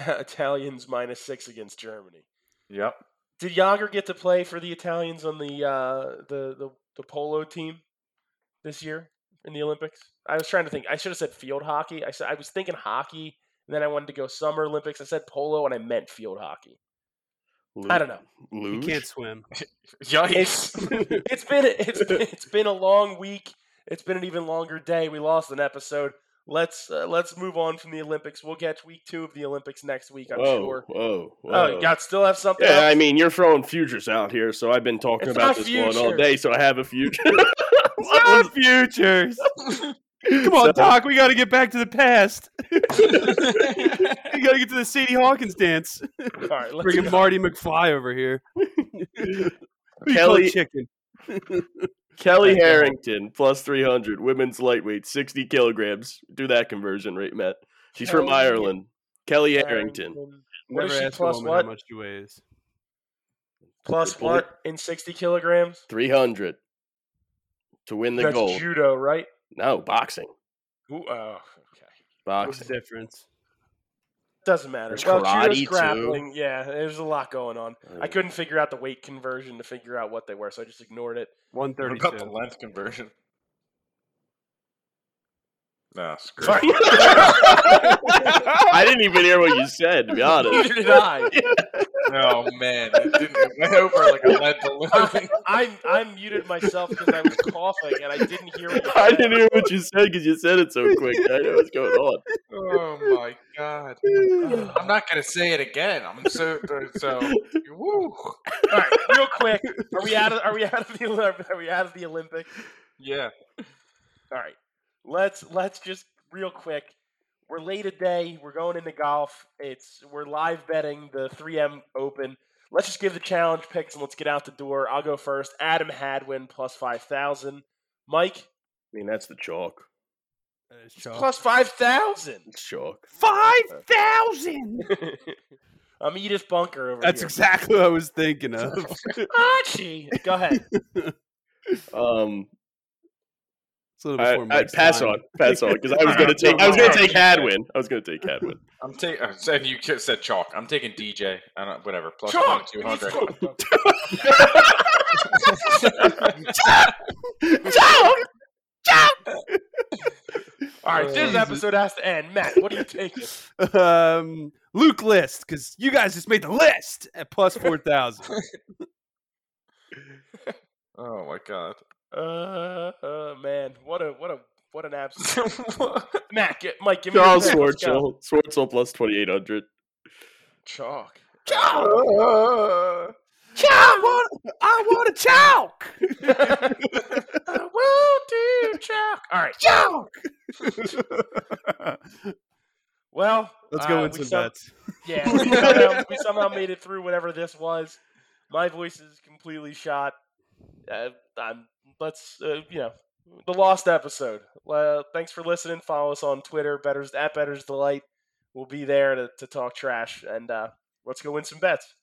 Ita- Italians minus six against Germany. Yep. Did Yager get to play for the Italians on the uh, the, the the polo team this year in the Olympics? I was trying to think. I should have said field hockey. I said I was thinking hockey, and then I wanted to go summer Olympics. I said polo, and I meant field hockey. I don't know. he Luge? can't swim. It's Yikes. it's been it's been, it's been a long week. It's been an even longer day. We lost an episode. Let's uh, let's move on from the Olympics. We'll catch week two of the Olympics next week. I'm whoa, sure. Whoa, whoa. Oh, you got still have something? yeah, I else? mean, you're throwing futures out here, so I've been talking It's about not this one all future. day, so I have a future. Not futures. Come on, So- Doc. We got to get back to the past. we got to get to the Sadie Hawkins dance. all right. Let's Bringing go. Marty McFly over here. We call Kelly- chicken. Kelly Harrington, plus 300, women's lightweight, 60 kilograms. Do that conversion rate, Matt. She's from Kelly Ireland. Kelly Harrington. What is Never she ask a plus woman what? How much she weighs? Plus Good boy. what in sixty kilograms? 300 to win the That's gold. judo, right? no, boxing. Ooh, oh, okay. What's the Boxing. difference? Doesn't matter. There's well, karate, judo's too. grappling. Yeah, there's a lot going on. I couldn't figure out the weight conversion to figure out what they were, so I just ignored it. One What about the thirty-two. length conversion? Nah, screw Sorry. it. I didn't even hear what you said, to be honest. Neither did I. Oh man, it, didn't, it went over like a lead balloon. I, I, I muted myself because I was coughing and I didn't hear what you I said. didn't hear what you said because you said it so quick. I know what's going on. oh my god! I'm not gonna say it again. I'm so so. Woo. All right, real quick, are we out of are we out of the Olymp- are we out of the Olympics? Yeah. All right, let's let's just real quick. We're late a day. We're going into golf. It's we're live betting the 3M Open. Let's just give the challenge picks and let's get out the door. I'll go first. Adam Hadwin plus five thousand. Mike mean, that's the chalk. Oh. plus five thousand. It's chalk. five thousand. I'm Edith Bunker over That's here. exactly what I was thinking of. Archie, go ahead. Um, It's a little I, before I, Mike's pass time. on, pass on, because I was gonna take, I was gonna take Hadwin. I was gonna take Hadwin. I'm taking. And you ki- said chalk. I'm taking DJ. I don't. Whatever. Plus Chalk. two hundred. All right, this episode has to end. Matt, what do you take? um, Luke list because you guys just made the list at plus four thousand. Oh my god. Uh, uh, man, what a what a what an absolute Matt. Get, Mike, give me Charles your pick. Let's go. Swartzel, Swartzel plus twenty eight hundred. Chalk. I want, I want a chalk. Woo, dude, chalk. All right. Chalk. Well, Let's uh, go in we some some- bets. Yeah, we somehow, we somehow made it through whatever this was. My voice is completely shot. Uh, I'm, let's, uh, you know, the lost episode. Well, thanks for listening. Follow us on Twitter, betters at betters delight. We'll be there to, to talk trash and uh, let's go win some bets.